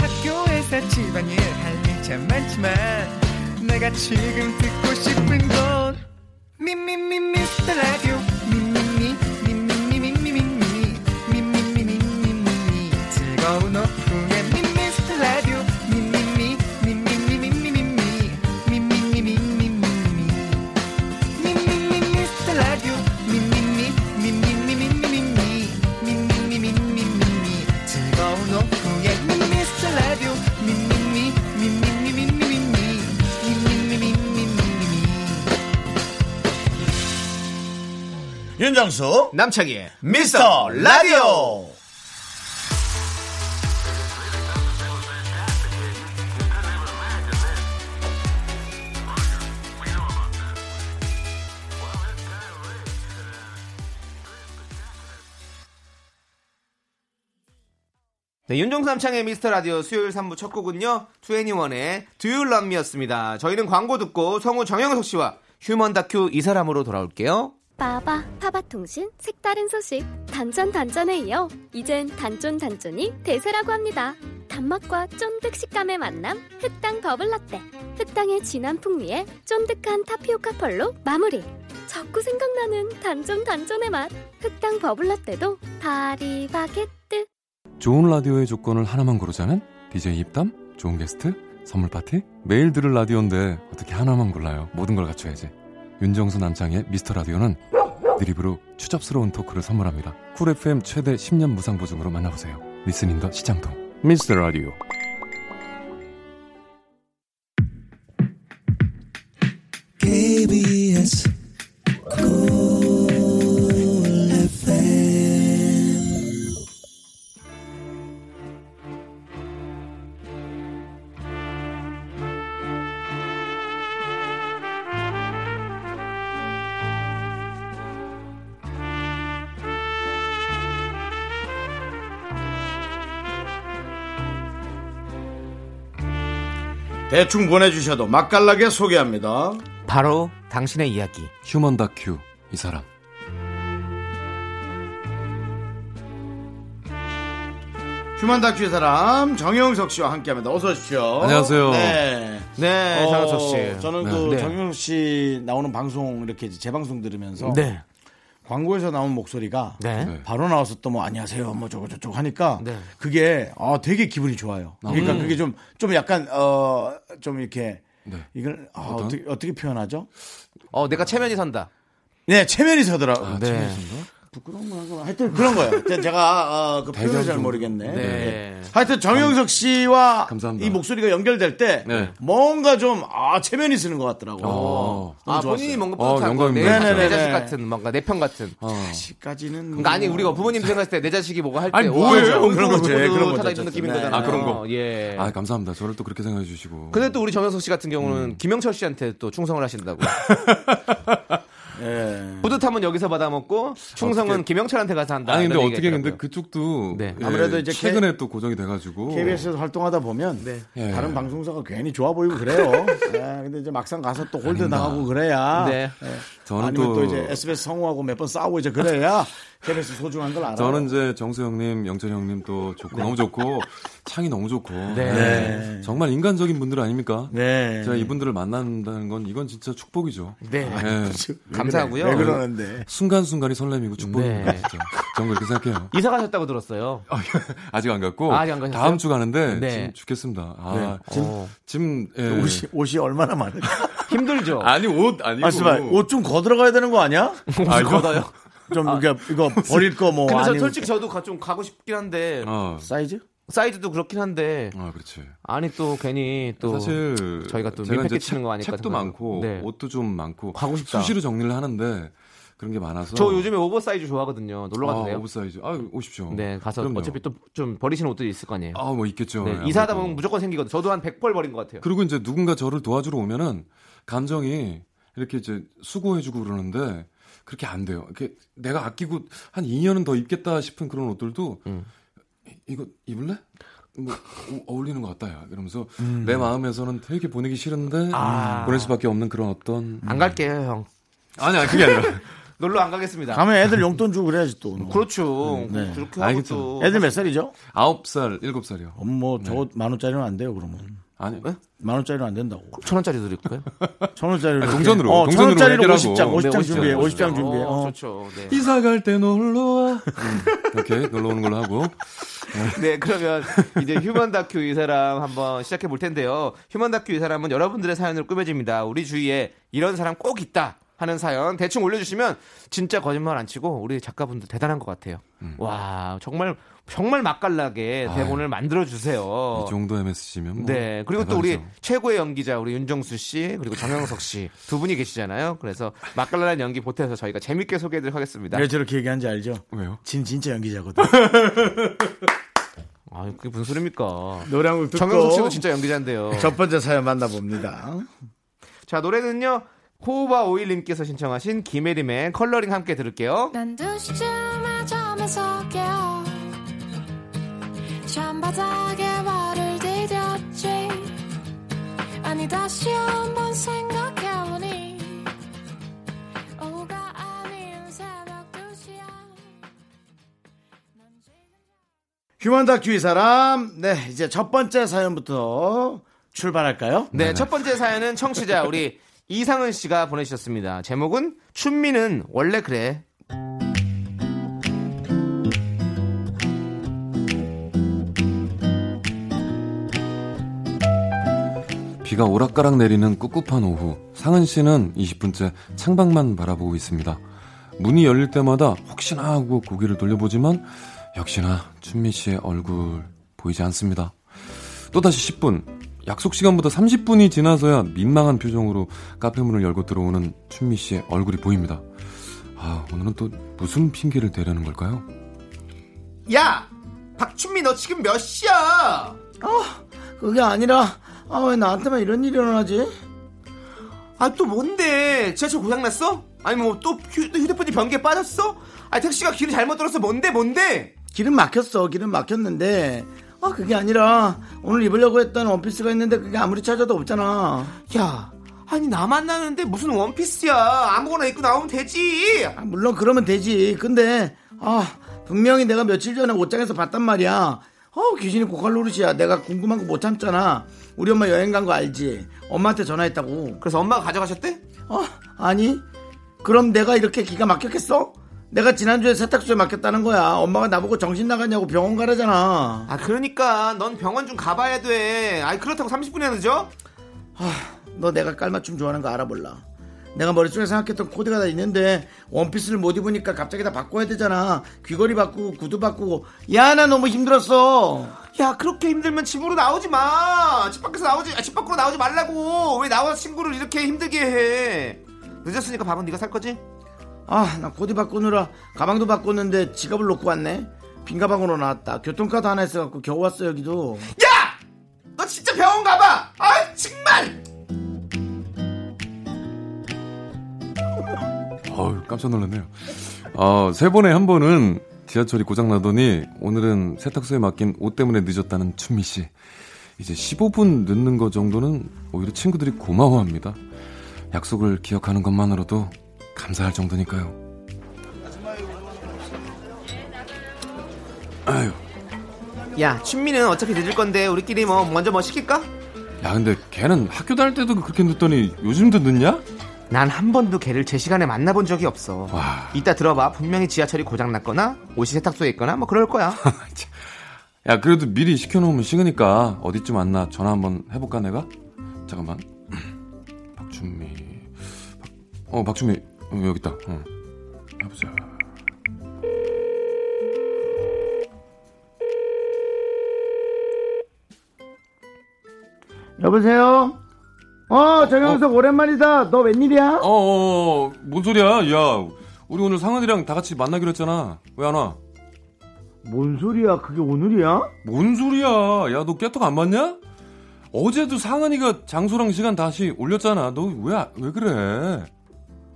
Speaker 4: 학교에서 집안일 할 일 참 많지만 내가 지금 듣고 싶은 건 미미미 미스터 라디오 미미미 미미미 미미미 미미미 미미미 미미미 즐거운 오후에 미스터 라디오 미미미 미미미 미미미 미미미 미미미 미미미
Speaker 1: 윤정수,
Speaker 2: 남창희의
Speaker 1: 미스터 라디오!
Speaker 2: 네, 윤종삼창의 미스터 라디오 수요일 3부 첫 곡은요. 2NE1의 Do You Love Me였습니다. 저희는 광고 듣고 성우 정영석 씨와 휴먼 다큐 이 사람으로 돌아올게요.
Speaker 5: 빠바 파바통신 색다른 소식 단짠 단짠에 이어 이젠 단쫀 단쫀이 대세라고 합니다. 단맛과 쫀득 식감의 만남 흑당 더블라떼 흑당의 진한 풍미에 쫀득한 타피오카 펄로 마무리 자꾸 생각나는 단쫀 단쫀의 맛 흑당 버블라떼도 다리 바게뜨
Speaker 12: 좋은 라디오의 조건을 하나만 고르자면 DJ 입담, 좋은 게스트, 선물 파티, 매일 들을 라디오인데 어떻게 하나만 골라요? 모든 걸 갖춰야지. 윤정수 남창의 미스터 라디오는 드립으로 추접스러운 토크를 선물합니다. 쿨 FM 최대 10년 무상 보증으로 만나보세요. 리스닝과 시장동 미스터 라디오.
Speaker 4: KBS Cool FM
Speaker 1: 대충 보내주셔도 맛깔나게 소개합니다.
Speaker 2: 바로 당신의 이야기.
Speaker 12: 휴먼 다큐
Speaker 10: 이 사람.
Speaker 1: 휴먼 다큐의 사람 정영석 씨와 함께합니다. 어서 오십시오.
Speaker 10: 안녕하세요.
Speaker 1: 네,
Speaker 2: 네, 장영석 씨.
Speaker 1: 저는
Speaker 2: 네.
Speaker 1: 그
Speaker 2: 네.
Speaker 1: 정영석 씨 나오는 방송 이렇게 이제 재방송 들으면서
Speaker 2: 네.
Speaker 1: 광고에서 나온 목소리가
Speaker 2: 네. 네.
Speaker 1: 바로 나와서 또 뭐 안녕하세요 뭐 저거 저쪽 하니까
Speaker 2: 네.
Speaker 1: 그게 아 되게 기분이 좋아요. 그러니까
Speaker 10: 음.
Speaker 1: 그게 좀 좀 약간 어 좀 이렇게
Speaker 10: 네.
Speaker 1: 이걸 아,
Speaker 10: 어떤?
Speaker 1: 어떻게 어떻게 표현하죠?
Speaker 2: 어, 내가 체면이 산다.
Speaker 1: 네, 체면이 서더라고. 요
Speaker 2: 네. 체면이
Speaker 1: 부끄러운 거 하거나 하여튼 그런 거예요. 하여튼 제가 어, 그 표현을
Speaker 10: 배경
Speaker 1: 잘
Speaker 10: 좀-
Speaker 1: 모르겠네.
Speaker 10: 네.
Speaker 1: 네. 하여튼 정영석 씨와
Speaker 10: 감사합니다.
Speaker 1: 이 목소리가 연결될 때
Speaker 10: 네.
Speaker 1: 뭔가 좀 아, 체면이 쓰는 것 같더라고.
Speaker 10: 어.
Speaker 2: 아, 본인이 뭔가 뿌듯하고 내,
Speaker 10: 영광입니다.
Speaker 2: 내
Speaker 1: 네네네.
Speaker 2: 자식 같은 뭔가 내 편 같은.
Speaker 1: 어. 자식까지는
Speaker 2: 그러니까 아니 우리가 부모님 생각했을 때 내 자식이 뭐가 할때
Speaker 10: 음.
Speaker 2: 그렇죠.
Speaker 10: 아니, 뭐예요? 그런 거지,
Speaker 1: 그런 거죠,
Speaker 2: 뿌듯하다 이런
Speaker 1: 어쨌든.
Speaker 2: 느낌인
Speaker 1: 네.
Speaker 2: 거잖아요.
Speaker 10: 아, 그런 거.
Speaker 2: 예.
Speaker 10: 아, 감사합니다. 저를 또 그렇게 생각해 주시고.
Speaker 2: 근데 또 우리 정영석 씨 같은 경우는
Speaker 10: 음.
Speaker 2: 김영철 씨한테 또 충성을 하신다고.
Speaker 1: 예.
Speaker 2: 뿌듯함은 여기서 받아먹고 충성은
Speaker 10: 어떻게-
Speaker 2: 김영철한테 가서 한다.
Speaker 10: 아니 근데
Speaker 2: 이런
Speaker 10: 어떻게 근데
Speaker 2: 얘기가
Speaker 10: 그쪽도
Speaker 2: 네.
Speaker 10: 예,
Speaker 1: 아무래도 이제
Speaker 10: 최근에 또 고정이 돼 가지고
Speaker 1: KBS에서 활동하다 보면
Speaker 10: 예.
Speaker 1: 다른 방송사가 괜히 좋아 보이고 그래요. 예, 근데 이제 막상 가서 또 홀드 나가고 그래야
Speaker 2: 네.
Speaker 1: 예.
Speaker 10: 저는
Speaker 1: 아니면 또,
Speaker 10: 또
Speaker 1: 이제 SBS 성우하고 몇 번 싸우고 이제 그래야 KBS 소중한 걸 알아요.
Speaker 10: 저는 이제 정수 형님, 영철 형님 또 좋고
Speaker 2: 네.
Speaker 10: 너무 좋고 창이 너무 좋고
Speaker 1: 네.
Speaker 10: 정말 인간적인 분들 아닙니까?
Speaker 1: 네.
Speaker 10: 제가 이분들을 만난다는 건 이건 진짜 축복이죠.
Speaker 2: 네.
Speaker 10: 예.
Speaker 2: 감사하고요.
Speaker 1: 왜 그러는데?
Speaker 10: 순간순간이 설렘이고 축복입니다.
Speaker 2: 네.
Speaker 10: 진짜. 저는 그렇게 생각해요.
Speaker 2: 이사 가셨다고 들었어요.
Speaker 10: 아직 안 갔고
Speaker 2: 아, 아직 안 가셨어요?
Speaker 10: 다음 주 가는데
Speaker 2: 네.
Speaker 10: 지금 죽겠습니다.
Speaker 1: 네.
Speaker 10: 아,
Speaker 2: 지금-
Speaker 10: 어. 지금 예.
Speaker 2: 네.
Speaker 1: 옷이 옷이 얼마나 많을까?
Speaker 2: 힘들죠.
Speaker 10: 아니 옷 아니고
Speaker 1: 아, 씨발, 옷 좀 거들어가야 되는 거 아니야?
Speaker 10: 아, 이거-
Speaker 1: 좀 이게 이거 버릴 거 뭐
Speaker 2: 아. 근데 저
Speaker 1: 아니면
Speaker 10: 그-
Speaker 2: 솔직히 저도 가- 좀 가고 싶긴 한데
Speaker 10: 어.
Speaker 1: 사이즈?
Speaker 2: 사이즈도 그렇긴 한데
Speaker 10: 아, 그렇지.
Speaker 2: 아니 또 괜히 또
Speaker 10: 사실
Speaker 2: 저희가 또
Speaker 10: 제가
Speaker 2: 민폐
Speaker 10: 이제
Speaker 2: 끼치는
Speaker 10: 책-
Speaker 2: 거 아닐까
Speaker 10: 책도
Speaker 2: 생각해요.
Speaker 10: 많고
Speaker 2: 네.
Speaker 10: 옷도 좀 많고
Speaker 2: 가고 싶다.
Speaker 10: 수시로 정리를 하는데 그런 게 많아서
Speaker 2: 저 요즘에 오버사이즈 좋아하거든요. 놀러 가도
Speaker 10: 아,
Speaker 2: 돼요?
Speaker 10: 오버사이즈. 아, 오십시오.
Speaker 2: 네, 가서
Speaker 10: 그럼요.
Speaker 2: 어차피 또 좀 버리시는 옷들이 있을 거 아니에요.
Speaker 10: 아, 뭐 있겠죠.
Speaker 2: 네,
Speaker 10: 예,
Speaker 2: 이사하다
Speaker 10: 아무래도.
Speaker 2: 보면 무조건 생기거든요. 저도 한 100벌 버린 것 같아요.
Speaker 10: 그리고 이제 누군가 저를 도와주러 오면은 감정이 이렇게 이제 수고해주고 그러는데 그렇게 안 돼요. 이렇게 내가 아끼고 한 2년은 더 입겠다 싶은 그런 옷들도
Speaker 2: 음.
Speaker 10: 이- 이거 입을래? 뭐 어- 어울리는 것 같다 야 이러면서 내 마음에서는 되게 보내기 싫은데
Speaker 2: 아.
Speaker 10: 보낼 수밖에 없는 그런 어떤
Speaker 2: 안 갈게요, 형.
Speaker 10: 아니 아니 그게 아니라
Speaker 2: 놀러 안 가겠습니다.
Speaker 1: 가면 애들 용돈 주고 그래야지 또. 너.
Speaker 2: 그렇죠. 네. 그렇게 하고
Speaker 10: 알겠죠.
Speaker 2: 또
Speaker 1: 애들 몇 살이죠?
Speaker 10: 아홉 살 일곱 살이요
Speaker 2: 네.
Speaker 1: 뭐저만 원짜리는 안 돼요 그러면.
Speaker 10: 아니
Speaker 1: 만 원짜리는 안 된다고.
Speaker 2: 천 원짜리 드릴까요?
Speaker 1: 천 원짜리로
Speaker 10: 아니, 동전으로,
Speaker 1: 어, 천
Speaker 10: 동전으로
Speaker 1: 원짜리로
Speaker 10: 해결하고.
Speaker 1: 50장 50장
Speaker 10: 네,
Speaker 1: 준비해
Speaker 10: 50장
Speaker 1: 50장 준비해.
Speaker 2: 어,
Speaker 1: 어.
Speaker 2: 좋죠. 네.
Speaker 10: 이사 갈 때 놀러와 음, 이렇게 놀러 오는 걸로 하고
Speaker 2: 네, 그러면 이제 휴먼 다큐 이 사람 한번 시작해 볼 텐데요. 휴먼 다큐 이 사람은 여러분들의 사연으로 꾸며집니다. 우리 주위에 이런 사람 꼭 있다 하는 사연 대충 올려주시면 진짜 거짓말 안 치고 우리 작가분들 대단한 것 같아요. 와, 정말 정말 맛깔나게
Speaker 10: 음. 아유.
Speaker 2: 대본을 만들어 주세요.
Speaker 10: 이 정도 MSG면 뭐
Speaker 2: 네. 그리고 또 우리
Speaker 10: 대단하죠.
Speaker 2: 최고의 연기자 우리 윤정수 씨 그리고 정영석 씨 두 분이 계시잖아요. 그래서 맛깔난 연기 보태서 저희가 재밌게 소개해드리도록 하겠습니다.
Speaker 10: 네.
Speaker 1: 왜 저렇게 얘기하는지 알죠?
Speaker 10: 왜요?
Speaker 1: 진 진짜 연기자거든.
Speaker 2: 아, 그게 무슨 소리입니까?
Speaker 10: 네.
Speaker 1: 노래 한곡 듣고
Speaker 2: 정영석 씨도 진짜 연기자인데요.
Speaker 1: 첫 번째 사연 만나봅니다.
Speaker 2: 자, 노래는요. 호우바 오일님께서 신청하신 김혜림의 컬러링 함께 들을게요.
Speaker 5: 난 2시쯤에 잠에서 깨어 잠바닥에 발을 디뎠지 아니 다시 한번 생각해보니 오후가 아닌 새벽 2시야 난 지금
Speaker 1: 휴먼 다큐 이 사람. 네, 이제 첫 번째 사연부터 출발할까요?
Speaker 2: 네, 첫 번째 사연은 청취자 우리 이상은 씨가 보내주셨습니다. 제목은 춘미는 원래 그래.
Speaker 10: 비가 오락가락 내리는 꿉꿉한 오후 상은 씨는 20분째 창밖만 바라보고 있습니다. 문이 열릴 때마다 혹시나 하고 고개를 돌려보지만 역시나 춘미 씨의 얼굴 보이지 않습니다. 또다시 10분 약속 시간보다 30분이 지나서야 민망한 표정으로 카페 문을 열고 들어오는 춘미 씨의 얼굴이 보입니다. 아 오늘은 또 무슨 핑계를 대려는 걸까요?
Speaker 2: 야, 박춘미 너 지금 몇 시야?
Speaker 1: 그게 아니라 아 왜 나한테만 이런 일이 일어나지?
Speaker 2: 아 또 뭔데? 지하철 고장났어? 아니 뭐 또 휴대폰이 변기에 빠졌어? 아 택시가 길을 잘못 들었어? 뭔데 뭔데?
Speaker 1: 길은 막혔어. 길은 막혔는데 아 그게 아니라 오늘 입으려고 했던 원피스가 있는데 그게 아무리 찾아도 없잖아.
Speaker 2: 야, 아니 나 만나는데 무슨 원피스야 아무거나 입고 나오면 되지
Speaker 1: 아, 물론 그러면 되지. 근데 아 분명히 내가 며칠 전에 옷장에서 봤단 말이야. 어 귀신이 고칼 노릇이야. 내가 궁금한 거 못 참잖아. 우리 엄마 여행 간 거 알지? 엄마한테 전화했다고.
Speaker 2: 그래서 엄마가 가져가셨대?
Speaker 1: 어 아니. 그럼 내가 이렇게 기가 막혔겠어? 내가 지난주에 세탁소에 맡겼다는 거야. 엄마가 나보고 정신 나갔냐고 병원 가라잖아.
Speaker 2: 아 그러니까 넌 병원 좀 가봐야 돼 아니 그렇다고 30분이나 늦어?
Speaker 1: 너 내가 깔맞춤 좋아하는 거 알아볼라. 내가 머릿속에 생각했던 코드가 다 있는데 원피스를 못 입으니까 갑자기 다 바꿔야 되잖아. 귀걸이 바꾸고 구두 바꾸고 야 나 너무 힘들었어.
Speaker 2: 야 그렇게 힘들면 집으로 나오지 마. 집 밖에서 나오지 아, 집 밖으로 나오지 말라고. 왜 나와 친구를 이렇게 힘들게 해? 늦었으니까 밥은 네가 살 거지?
Speaker 1: 아, 나 코디 바꾸느라 가방도 바꿨는데 지갑을 놓고 왔네. 빈 가방으로 나왔다. 교통카드 하나 있어갖고 겨우 왔어 여기도.
Speaker 2: 야! 너 진짜 병원 가봐. 아 정말.
Speaker 10: 어우, 깜짝 놀랐네요. 아, 세 번에 한 번은 지하철이 고장 나더니 오늘은 세탁소에 맡긴 옷 때문에 늦었다는 춘미 씨. 이제 15분 늦는 거 정도는 오히려 친구들이 고마워합니다. 약속을 기억하는 것만으로도 감사할 정도니까요. 아유,
Speaker 2: 야 춘미는 어차피 늦을 건데 우리끼리 뭐 먼저 뭐 시킬까?
Speaker 10: 야 근데 걔는 학교 다닐 때도 그렇게 늦더니 요즘도 늦냐?
Speaker 2: 난 한 번도 걔를 제 시간에 만나본 적이 없어. 이따 들어봐 분명히 지하철이 고장 났거나 옷이 세탁소에 있거나 뭐 그럴 거야.
Speaker 10: 야 그래도 미리 시켜놓으면 식으니까 어디쯤 왔나 전화 한번 해볼까 내가? 잠깐만. 박준미. 박- 어 박준미 어, 여기 있다. 어. 해보자.
Speaker 1: 여보세요. 어 정영석 오랜만이다. 너 웬일이야?
Speaker 10: 어, 어, 어, 뭔 소리야? 야, 우리 오늘 상은이랑 다 같이 만나기로 했잖아. 왜 안 와?
Speaker 1: 뭔 소리야? 그게 오늘이야?
Speaker 10: 뭔 소리야? 야, 너 깨톡 안 봤냐? 어제도 상은이가 장소랑 시간 다시 올렸잖아. 너 왜 왜 그래?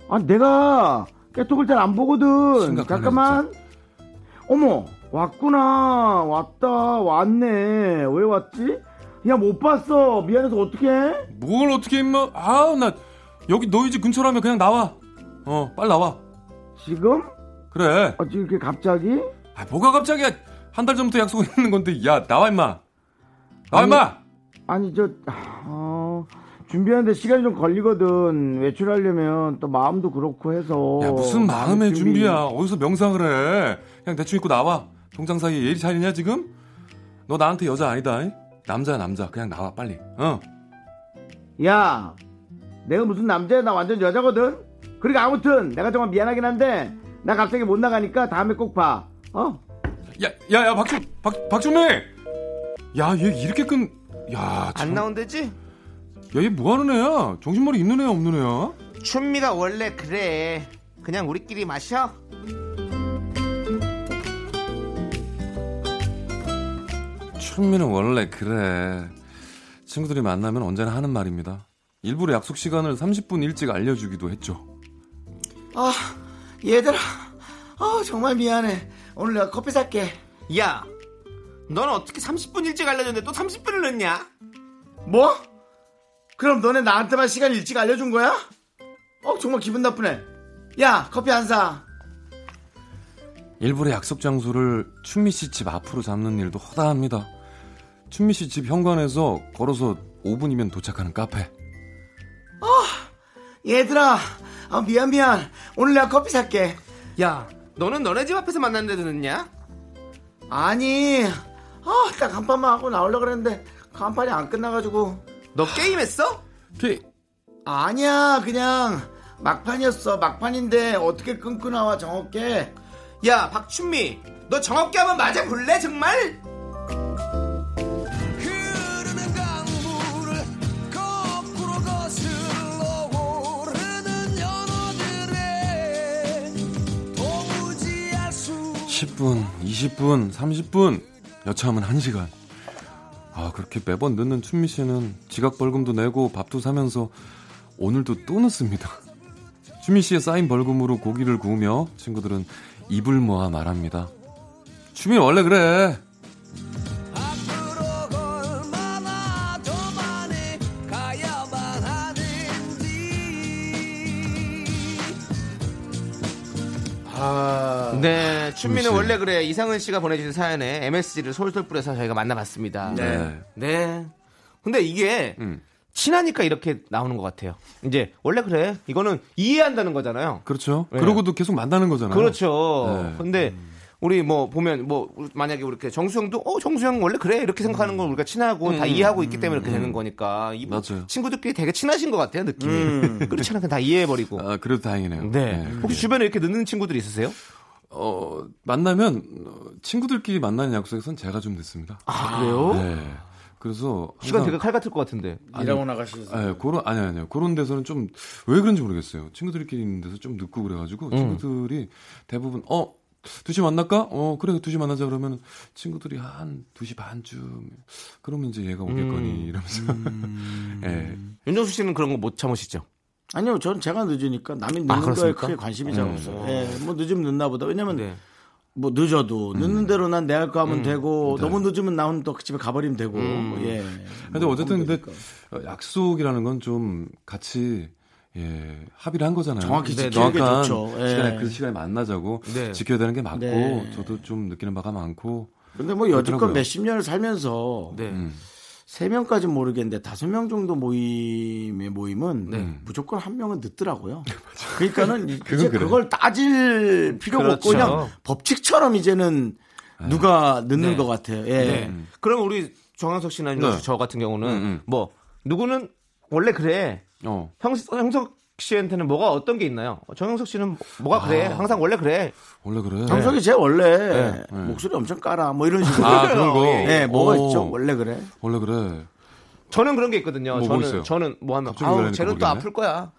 Speaker 1: 아 내가 깨톡을 잘 안 보거든.
Speaker 10: 심각하네,
Speaker 1: 잠깐만. 어머 왔구나. 왔다 왔네. 왜 왔지? 야 못 봤어. 미안해서 어떡해?
Speaker 10: 뭘 어떻게 임마? 아, 나 여기 너희 집 근처라면 그냥 나와. 어, 빨리 나와.
Speaker 1: 지금?
Speaker 10: 그래.
Speaker 1: 아, 지금 이렇게 갑자기?
Speaker 10: 아, 뭐가 갑자기야? 한 달 전부터 약속을 했는 건데, 야, 나와 임마. 나와 임마.
Speaker 1: 아니 저 어, 준비하는데 시간이 좀 걸리거든. 외출하려면 또 마음도 그렇고 해서.
Speaker 10: 야, 무슨 마음의
Speaker 1: 준비.
Speaker 10: 준비야. 어디서 명상을 해. 그냥 대충 입고 나와. 동장 사이에 예의 차리냐, 지금? 너 나한테 여자 아니다. 잉? 남자야, 남자. 그냥 나와, 빨리. 어.
Speaker 1: 야, 내가 무슨 남자야? 나 완전 여자거든. 그리고 아무튼 내가 정말 미안하긴 한데 나 갑자기 못 나가니까 다음에 꼭 봐. 어?
Speaker 10: 야, 야, 야, 박준, 박, 박준미! 야, 얘 이렇게 끈, 야, 참.
Speaker 2: 안 나온대지?
Speaker 10: 야, 얘 뭐하는 애야? 정신머리 있는 애야, 없는 애야?
Speaker 2: 춘미가 원래 그래. 그냥 우리끼리 마셔.
Speaker 10: 춘미는 원래 그래. 친구들이 만나면 언제나 하는 말입니다. 일부러 약속 시간을 30분 일찍 알려주기도 했죠.
Speaker 1: 아, 얘들아, 아 정말 미안해. 오늘 내가 커피 살게.
Speaker 2: 야, 넌 어떻게 30분 일찍 알려줬는데 또 30분을 늦냐?
Speaker 1: 뭐? 그럼 너네 나한테만 시간 일찍 알려준 거야? 어, 정말 기분 나쁘네. 야, 커피 안 사.
Speaker 10: 일부러 약속 장소를 춘미 씨 집 앞으로 잡는 일도 허다합니다. 춘미 씨 집 현관에서 걸어서 5분이면 도착하는 카페.
Speaker 1: 얘들아, 아, 미안 미안. 오늘 내가 커피 살게.
Speaker 2: 야, 너는 너네 집 앞에서 만났는데도 늦냐?
Speaker 1: 아니, 아, 딱 간판만 하고 나오려고 그랬는데 간판이 안 끝나가지고.
Speaker 2: 너 게임했어?
Speaker 10: 게
Speaker 1: 아니야, 그냥 막판이었어. 막판인데 어떻게 끊고 나와 정확해.
Speaker 2: 야, 박춘미, 너 정확히 한번 맞아볼래 정말?
Speaker 4: 거꾸로 거슬러 오르는 연어들의 도무지 알수
Speaker 10: 10분, 20분, 30분, 여차하면 1시간. 아, 그렇게 매번 늦는 춘미 씨는 지각 벌금도 내고 밥도 사면서 오늘도 또 늦습니다. 춘미 씨의 쌓인 벌금으로 고기를 구우며 친구들은 입을 모아 말합니다. 춘미 원래 그래.
Speaker 4: 앞으로 얼마나 더 많이 가야만 하는지
Speaker 1: 아.
Speaker 2: 네, 춘미는
Speaker 1: 글쎄.
Speaker 2: 원래 그래. 이상은 씨가 보내주신 사연에 MSG를 솔솔 뿌려서 저희가 만나봤습니다.
Speaker 1: 네.
Speaker 2: 네. 근데 이게 친하니까 이렇게 나오는 것 같아요. 이제 원래 그래. 이거는 이해한다는 거잖아요.
Speaker 10: 그렇죠.
Speaker 2: 네.
Speaker 10: 그러고도 계속 만나는 거잖아요.
Speaker 2: 그렇죠.
Speaker 10: 네.
Speaker 2: 근데 우리 뭐 보면 뭐 만약에 우리 이렇게 정수영도 어 정수영 원래 그래 이렇게 생각하는 건 우리가 친하고 다
Speaker 10: 음.
Speaker 2: 이해하고 있기 때문에 이렇게 되는 거니까 이뭐 친구들끼리 되게 친하신 것 같아요 느낌이 그렇지 않아 다 이해해버리고
Speaker 10: 아, 그래도 다행이네요.
Speaker 2: 네. 혹시 주변에 이렇게 늦는 친구들이 있으세요?
Speaker 10: 어, 만나면 어, 친구들끼리 만나는 약속에선 제가 좀 늦습니다.
Speaker 2: 아, 그래요?
Speaker 10: 네. 그래서
Speaker 2: 시간
Speaker 10: 항상-
Speaker 2: 되게 칼 같을 것 같은데
Speaker 10: 아니, 예, 그런 아니 아니요. 그런 데서는 좀 왜 그런지 모르겠어요. 친구들끼리 있는 데서 좀 늦고 그래 가지고
Speaker 2: 음.
Speaker 10: 친구들이 대부분 어 2시 만날까? 어, 그래, 2시 만나자. 그러면 친구들이 한 2시 반쯤. 그러면 이제 얘가 오겠거니,
Speaker 2: 음.
Speaker 10: 이러면서.
Speaker 2: 예. 윤정수 씨는 그런 거 못 참으시죠?
Speaker 1: 아니요, 전 제가 늦으니까 남이 늦는
Speaker 2: 아,
Speaker 1: 거에
Speaker 2: 그렇습니까?
Speaker 1: 크게 관심이
Speaker 2: 음.
Speaker 1: 잘 없어요. 예, 뭐 늦으면 늦나 보다. 왜냐면 뭐 늦어도 늦는 대로 난 내 할 거 하면
Speaker 10: 네. 음.
Speaker 1: 되고
Speaker 10: 네. 음.
Speaker 1: 너무 늦으면 나 혼자 또그 집에 가버리면 되고. 예.
Speaker 10: 근데 어쨌든 근데 약속이라는 건 좀 같이 예, 합의를 한 거잖아요.
Speaker 1: 정확히
Speaker 10: 네,
Speaker 1: 지키는 게
Speaker 10: 정확한
Speaker 1: 좋죠. 예.
Speaker 10: 시간에 그 시간에 만나자고
Speaker 1: 네.
Speaker 10: 지켜야 되는 게 맞고
Speaker 1: 네.
Speaker 10: 저도 좀 느끼는 바가 많고.
Speaker 1: 근데 뭐 여태껏
Speaker 10: 그렇더라고요.
Speaker 1: 몇십 년을 살면서
Speaker 2: 네.
Speaker 10: 음.
Speaker 1: 세 명까지 모르겠는데 다섯 명 정도 모임의 모임은 무조건 한 명은 늦더라고요. 그러니까는 이-
Speaker 10: 네. 그건
Speaker 1: 이제
Speaker 10: 그래요.
Speaker 1: 그걸 따질 필요가 없고
Speaker 2: 그렇죠.
Speaker 1: 그냥 법칙처럼 이제는 누가 늦는
Speaker 2: 네.
Speaker 1: 것 같아요. 예.
Speaker 2: 네. 그럼 우리 정한석 씨나 윤정수
Speaker 1: 네.
Speaker 2: 씨, 저 같은 경우는
Speaker 10: 음,
Speaker 2: 뭐 누구는 원래 그래.
Speaker 10: 어.
Speaker 2: 형, 형석 씨한테는 뭐가 어떤 게 있나요? 정영석 씨는 뭐가 그래?
Speaker 10: 아.
Speaker 2: 항상 원래 그래.
Speaker 10: 원래 그래.
Speaker 1: 정석이 제 원래
Speaker 10: 네. 네.
Speaker 1: 목소리 엄청 깔아 뭐 이런 식으로
Speaker 10: 아, 그런 거.
Speaker 1: 예, 뭐가
Speaker 10: 오.
Speaker 1: 있죠 원래 그래
Speaker 10: 원래 그래.
Speaker 2: 저는 그런 게 있거든요.
Speaker 10: 뭐, 뭐
Speaker 2: 저는
Speaker 10: 있어요?
Speaker 2: 저는 뭐 하면
Speaker 10: 갑자기
Speaker 2: 아우
Speaker 10: 그러니까
Speaker 2: 쟤는 또
Speaker 10: 모르겠네.
Speaker 2: 아플 거야.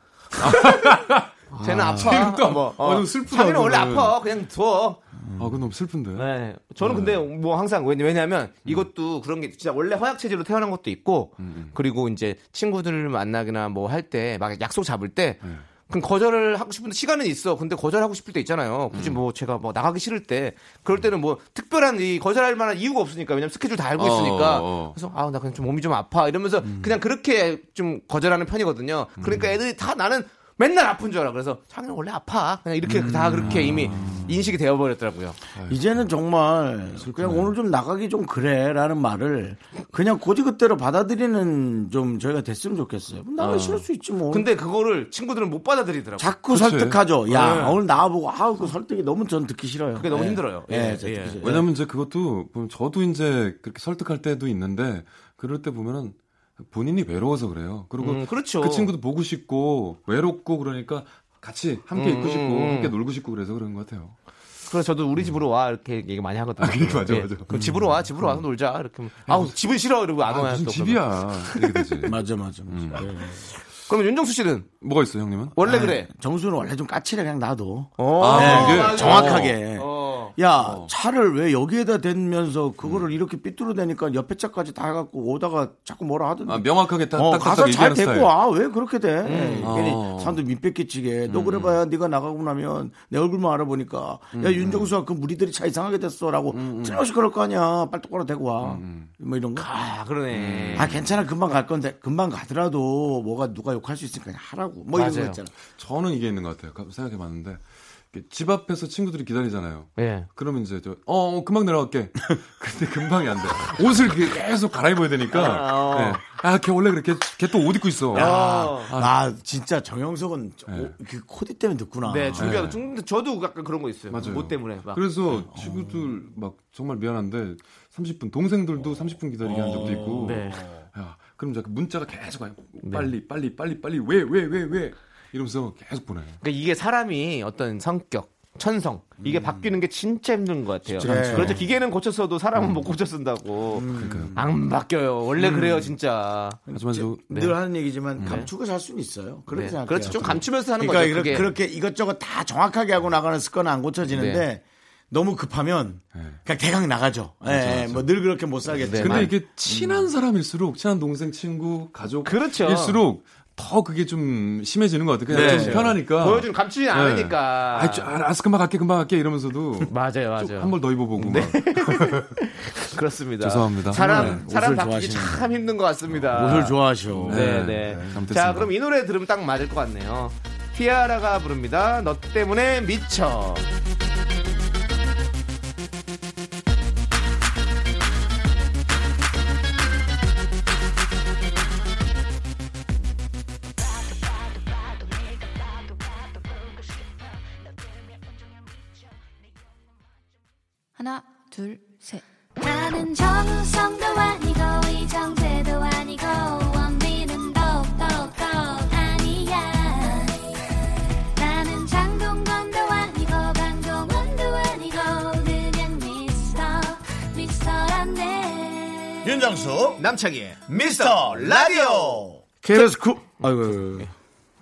Speaker 2: 쟤는 아, 파
Speaker 10: 쟤는 또 아파.
Speaker 2: 뭐,
Speaker 10: 아, 좀 슬프다,
Speaker 2: 자기는 원래
Speaker 10: 그거는.
Speaker 2: 아파. 그냥 두어.
Speaker 10: 아, 그건 너무 슬픈데.
Speaker 2: 네. 저는 근데 뭐 항상 왜냐- 왜냐하면
Speaker 10: 음.
Speaker 2: 이것도 그런 게 진짜 원래 허약 체질로 태어난 것도 있고
Speaker 10: 음.
Speaker 2: 그리고 이제 친구들을 만나거나 뭐 할 때 막 약속 잡을 때
Speaker 10: 네.
Speaker 2: 그럼 거절을 하고 싶은데 시간은 있어. 근데 거절하고 싶을 때 있잖아요.
Speaker 10: 음.
Speaker 2: 굳이 뭐 제가 뭐 나가기 싫을 때 그럴 때는 뭐 특별한 이 거절할 만한 이유가 없으니까 왜냐면 스케줄 다 알고 있으니까
Speaker 10: 어, 음. 어.
Speaker 2: 그래서 아우 나 그냥 좀 몸이 좀 아파 이러면서 그냥 그렇게 좀 거절하는 편이거든요. 그러니까
Speaker 10: 음.
Speaker 2: 애들이 다 나는 맨날 아픈 줄 알아. 그래서 자기는 원래 아파. 그냥 이렇게 다
Speaker 10: 음.
Speaker 2: 그렇게 이미 인식이 되어버렸더라고요.
Speaker 1: 이제는 정말 그냥 오늘 좀 나가기 좀 그래라는 말을 그냥 고지그대로 받아들이는 좀 저희가 됐으면 좋겠어요 나가
Speaker 2: 아.
Speaker 1: 싫을 수 있지 뭐
Speaker 2: 근데 그거를 친구들은 못 받아들이더라고요.
Speaker 1: 자꾸 설득하죠 야
Speaker 2: 네.
Speaker 1: 오늘 나와보고 아우 그 설득이 너무 전 듣기 싫어요
Speaker 2: 그게 너무
Speaker 1: 예.
Speaker 2: 힘들어요.
Speaker 1: 예,
Speaker 2: 예,
Speaker 1: 진짜
Speaker 2: 예.
Speaker 1: 듣기 싫어요.
Speaker 10: 왜냐면 이제 그것도 보면 저도 이제 그렇게 설득할 때도 있는데 그럴 때 보면은 본인이 외로워서 그래요. 그리고
Speaker 2: 음, 그렇죠.
Speaker 10: 그 친구도 보고 싶고 외롭고 그러니까 같이 함께
Speaker 2: 음,
Speaker 10: 있고 싶고
Speaker 2: 음.
Speaker 10: 함께 놀고 싶고 그래서 그런 것 같아요.
Speaker 2: 그래서 저도 우리 집으로 와 이렇게 얘기 많이 하거든요. 예.
Speaker 10: 아, 그게 맞아, 맞아.
Speaker 2: 그럼 집으로 와, 집으로 와서 놀자. 이렇게 하면, 아우 집은 싫어 이러고 안
Speaker 10: 아,
Speaker 2: 와요.
Speaker 10: 무슨
Speaker 2: 또
Speaker 10: 집이야. 이렇게 되지.
Speaker 1: 맞아 맞아, 맞아.
Speaker 10: 음.
Speaker 1: 예.
Speaker 2: 그러면 윤정수 씨는
Speaker 10: 뭐가 있어요, 형님은?
Speaker 2: 원래
Speaker 1: 아,
Speaker 2: 그래.
Speaker 1: 정수는 원래 좀 까칠해 그냥 놔둬
Speaker 10: 아,
Speaker 1: 네,
Speaker 10: 이게?
Speaker 1: 정확하게
Speaker 2: 어.
Speaker 1: 야 차를 왜 여기에다 대면서 그거를
Speaker 10: 음.
Speaker 1: 이렇게 삐뚤어대니까 옆에 차까지 다 해갖고 오다가 자꾸 뭐라 하던데
Speaker 10: 아, 명확하게 딱,
Speaker 1: 어,
Speaker 10: 딱, 딱,
Speaker 1: 가서
Speaker 10: 딱
Speaker 1: 잘
Speaker 10: 얘기하는
Speaker 1: 데리고
Speaker 10: 스타일.
Speaker 1: 와 아, 왜 그렇게 돼 예, 괜히
Speaker 10: 어. 음.
Speaker 1: 사람들 밑뺏기치게 너 그래봐야 네가 나가고 나면 내 얼굴만 알아보니까 야 윤정수야 그 무리들이 차 이상하게 됐어라고
Speaker 10: 음,
Speaker 1: 틀림없이 그럴 거 아니야 빨리 똑바로 데리고 와뭐 이런 거
Speaker 2: 아
Speaker 10: 음.
Speaker 2: 그러네.
Speaker 1: 아 괜찮아 금방 갈 건데 금방 가더라도 뭐가 누가 욕할 수 있으니까 그냥 하라고 뭐 이런 거
Speaker 10: 맞아요.
Speaker 1: 있잖아
Speaker 10: 저는 이게 있는 것 같아요. 가- 생각해봤는데 이렇게 집 앞에서 친구들이 기다리잖아요.
Speaker 1: 네.
Speaker 2: 예.
Speaker 10: 그러면 이제 저, 어, 어, 금방 내려갈게. 근데 금방이 안 돼. 옷을 이렇게 계속 갈아입어야 되니까.
Speaker 1: 아, 어.
Speaker 10: 네. 아, 걔 원래 그렇게 걔 또 옷 입고 있어.
Speaker 1: 야,
Speaker 10: 아,
Speaker 1: 아, 진짜 정영석은 오- 그 코디 때문에 늦구나.
Speaker 2: 네 준비하고
Speaker 10: 네.
Speaker 2: 좀- 저도 약간 그런 거 있어요.
Speaker 10: 맞아요.
Speaker 2: 뭐 때문에 막.
Speaker 10: 그래서 친구들 막 정말 미안한데 30분 동생들도 30분 기다리게 한 적도
Speaker 1: 어.
Speaker 10: 있고.
Speaker 2: 네.
Speaker 10: 야, 그럼 이제 문자가 계속 와요.
Speaker 1: 네.
Speaker 10: 빨리 빨리 빨리 빨리 왜 왜 왜 왜 이러면서 계속 보내요.
Speaker 2: 그러니까 이게 사람이 어떤 성격, 천성 이게 바뀌는 게 진짜 힘든 것 같아요.
Speaker 10: 음. 쉽지가 않죠. 음.
Speaker 2: 그렇죠. 기계는 고쳤어도 사람은 못 고쳐 쓴다고. 안 바뀌어요. 원래 그래요, 진짜.
Speaker 10: 하지만 저,
Speaker 1: 늘 하는 얘기지만 감추고 살 수는 있어요. 그렇게
Speaker 2: 네.
Speaker 1: 생각해요.
Speaker 2: 그렇지, 좀 감추면서 하는
Speaker 1: 그러니까
Speaker 2: 거죠,
Speaker 1: 그렇게,
Speaker 2: 그게.
Speaker 1: 그렇게 이것저것 다 정확하게 하고 나가는 습관은 안 고쳐지는데
Speaker 10: 네.
Speaker 1: 너무 급하면 그냥 대강 나가죠. 예,
Speaker 10: 맞아, 맞아. 네,
Speaker 1: 뭐늘 그렇게 못 살겠지.
Speaker 10: 근데 이게 친한 사람일수록 친한 동생, 친구, 가족
Speaker 1: 그렇죠.
Speaker 10: 일수록 더 그게 좀 심해지는 것 같아요. 그냥
Speaker 2: 네.
Speaker 10: 좀 편하니까
Speaker 2: 보여주는 감추지 않으니까.
Speaker 10: 네. 아, 저, 아, 알았어, 금방 갈게, 금방 갈게 이러면서도
Speaker 2: 맞아요, 맞아요.
Speaker 10: 한벌 더 입어보고
Speaker 1: 네.
Speaker 10: 막.
Speaker 2: 그렇습니다.
Speaker 10: 죄송합니다.
Speaker 2: 사람
Speaker 10: 네,
Speaker 2: 사람
Speaker 10: 옷을
Speaker 2: 바뀌기
Speaker 10: 좋아하시는구나.
Speaker 2: 참 힘든 것 같습니다.
Speaker 1: 어, 옷을 좋아하셔.
Speaker 2: 네,
Speaker 10: 네,
Speaker 2: 네.
Speaker 10: 잘못했습니다.
Speaker 2: 자, 그럼 이 노래 들으면 딱 맞을 것 같네요. 티아라가 부릅니다. 너 때문에 미쳐.
Speaker 13: 하나, 둘, 셋.
Speaker 5: 나는 정우성도 아니고 이정재도 아니고 원빈은 더욱더 아니야 나는 장동건도 아니고 강동원도 아니고 그냥 미스터 미스터란데
Speaker 1: 윤정수
Speaker 2: 남창희
Speaker 1: 미스터 라디오 KBS 쿨 아이고 네.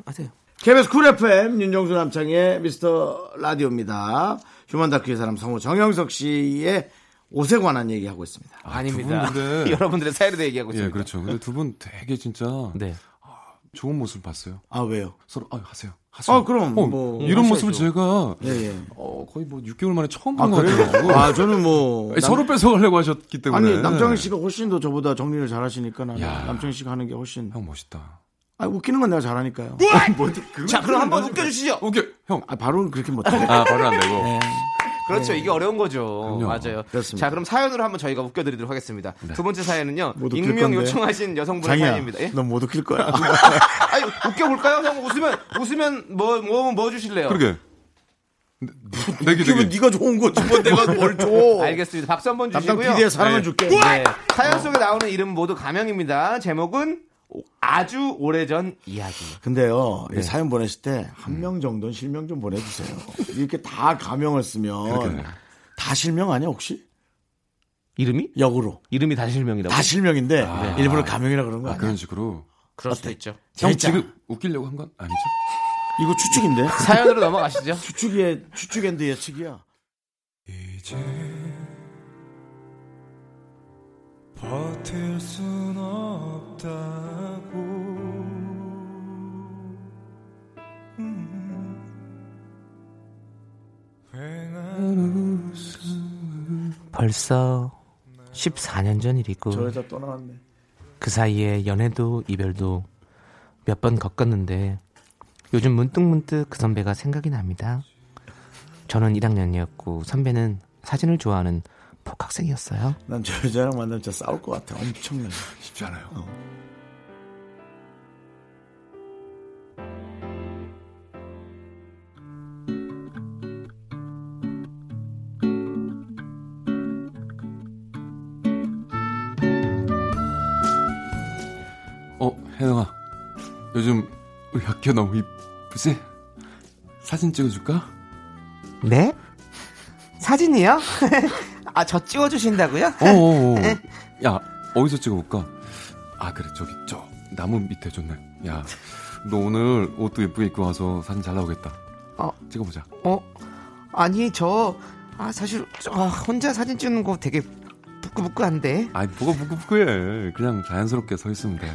Speaker 1: 아세요 KBS 쿨 FM 윤정수 남창의 미스터 라디오입니다 휴먼 다큐의 사람 성우 정영석 씨의 옷에 관한 얘기하고 있습니다
Speaker 2: 아닙니다. 여러분들의 사연에 대해 얘기하고 있습니다. 네.
Speaker 10: 예, 그렇죠. 근데 두 분 되게 진짜
Speaker 1: 네.
Speaker 10: 아, 좋은 모습 봤어요.
Speaker 1: 아 왜요?
Speaker 10: 서로 아 하세요. 하세요.
Speaker 1: 아 그럼
Speaker 10: 어,
Speaker 1: 뭐
Speaker 10: 이런
Speaker 1: 하셔야죠.
Speaker 10: 모습을 제가
Speaker 1: 예, 예.
Speaker 10: 어, 거의 뭐 6개월 만에 처음
Speaker 1: 아,
Speaker 10: 본 것
Speaker 1: 그래요?
Speaker 10: 같아요.
Speaker 1: 아, 저는 뭐 남-
Speaker 10: 서로 뺏어가려고 하셨기 때문에 네.
Speaker 1: 아니 남창희 씨가 훨씬 더 저보다 정리를 잘하시니까 나는 남창희 씨가 하는 게 훨씬
Speaker 10: 형 멋있다.
Speaker 1: 아 웃기는 건 내가 잘하니까요. 뭐, 그-
Speaker 2: 자, 그럼 한번 웃겨주시죠.
Speaker 10: 웃겨. 형.
Speaker 1: 아 바로는 그렇게 못해.
Speaker 10: 아, 바로 안 되고.
Speaker 2: 그렇죠. 이게 어려운 거죠.
Speaker 10: 그럼요.
Speaker 2: 맞아요.
Speaker 1: 그렇습니다.
Speaker 2: 자, 그럼 사연으로 한번 저희가 묶여드리도록 하겠습니다. 두 번째 사연은요.
Speaker 1: 못 웃길
Speaker 2: 익명
Speaker 1: 건데.
Speaker 2: 요청하신 여성분의
Speaker 1: 장이야,
Speaker 2: 사연입니다. 예?
Speaker 1: 넌못 웃길 거야.
Speaker 2: 아니, 웃겨볼까요? 형 웃으면, 웃으면 뭐, 뭐, 뭐 주실래요?
Speaker 10: 그러게.
Speaker 1: 네.
Speaker 10: 내기
Speaker 1: 웃기면
Speaker 10: 내기.
Speaker 1: 네가 좋은 거지 뭐 내가 뭘 줘.
Speaker 2: 알겠습니다. 박수 한번
Speaker 1: 담당
Speaker 2: 주시고요.
Speaker 1: PD 의 사랑을 줄게.
Speaker 2: 네. 사연 속에 나오는 이름 모두 가명입니다. 제목은 아주 오래전 이야기.
Speaker 1: 근데요, 이 사연 보내실 때 한 명 정도는 실명 좀 보내주세요. 이렇게 다 가명을
Speaker 10: 어, 네.
Speaker 1: 쓰면 다 실명 아니야 혹시?
Speaker 2: 이름이?
Speaker 1: 역으로.
Speaker 2: 이름이 다 실명이라고.
Speaker 1: 다 실명인데
Speaker 10: 아.
Speaker 1: 일부러 가명이라 그런 거
Speaker 10: 아,
Speaker 1: 아니야?
Speaker 10: 그런 식으로.
Speaker 2: 그럴 수도 있죠.
Speaker 10: 형
Speaker 1: 진짜.
Speaker 10: 지금 웃기려고 한 건 아니죠?
Speaker 1: 이거 추측인데?
Speaker 2: 사연으로 넘어가시죠.
Speaker 1: 추측의 추측앤드 예측이야.
Speaker 14: 이제 버틸 순 없다고 휑한 웃음을
Speaker 2: 벌써 14년 전 일이고
Speaker 1: 저 여자 또 나왔네.
Speaker 2: 그 사이에 연애도 이별도 몇 번 겪었는데 요즘 문득문득 그 선배가 생각이 납니다. 저는 1학년이었고 선배는 사진을 좋아하는 복학생이었어요.
Speaker 1: 난 저 여자랑 만나면 진짜 싸울 것 같아. 엄청나게.
Speaker 10: 쉽지 않아요. 어, 혜영아. 요즘 우리 학교 너무 이쁘지? 사진 찍어줄까?
Speaker 2: 네? 사진이요? 아, 저 찍어주신다고요?
Speaker 10: 어어어. 야, 어디서 찍어볼까? 아, 그래, 저기, 저, 나무 밑에 좋네. 야, 너 오늘 옷도 예쁘게 입고 와서 사진 잘 나오겠다.
Speaker 2: 어.
Speaker 10: 찍어보자.
Speaker 2: 어? 아니, 저, 아, 사실, 저, 아, 혼자 사진 찍는 거 되게 부끄부끄한데.
Speaker 10: 아이, 뭐가 부끄부끄해. 그냥 자연스럽게 서 있으면 돼.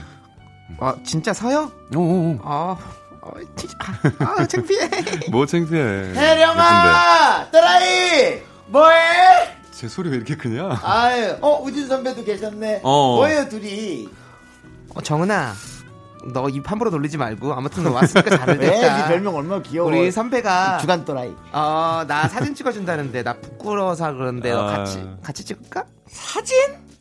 Speaker 10: 어,
Speaker 2: 아, 진짜 서요?
Speaker 10: 어어어.
Speaker 2: 아, 어, 진짜. 아, 아, 창피해.
Speaker 10: 뭐
Speaker 1: 네.
Speaker 10: 창피해.
Speaker 1: 혜령아! 또라이! 뭐해?
Speaker 10: 예쁜데. 제 소리 왜 이렇게 크냐?
Speaker 1: 아유, 어, 우진 선배도 계셨네.
Speaker 2: 어.
Speaker 1: 뭐예요, 둘이?
Speaker 2: 어, 정은아, 너 입 함부로 돌리지 말고 아무튼 너 왔으니까 잘
Speaker 1: 애
Speaker 2: 됐다.
Speaker 1: 네, 별명 얼마나 귀여워.
Speaker 2: 우리 선배가
Speaker 1: 주간 또라이.
Speaker 2: 어, 나 사진 찍어준다는데 나 부끄러워서 그런데
Speaker 10: 아.
Speaker 2: 너 같이 같이 찍을까?
Speaker 1: 사진?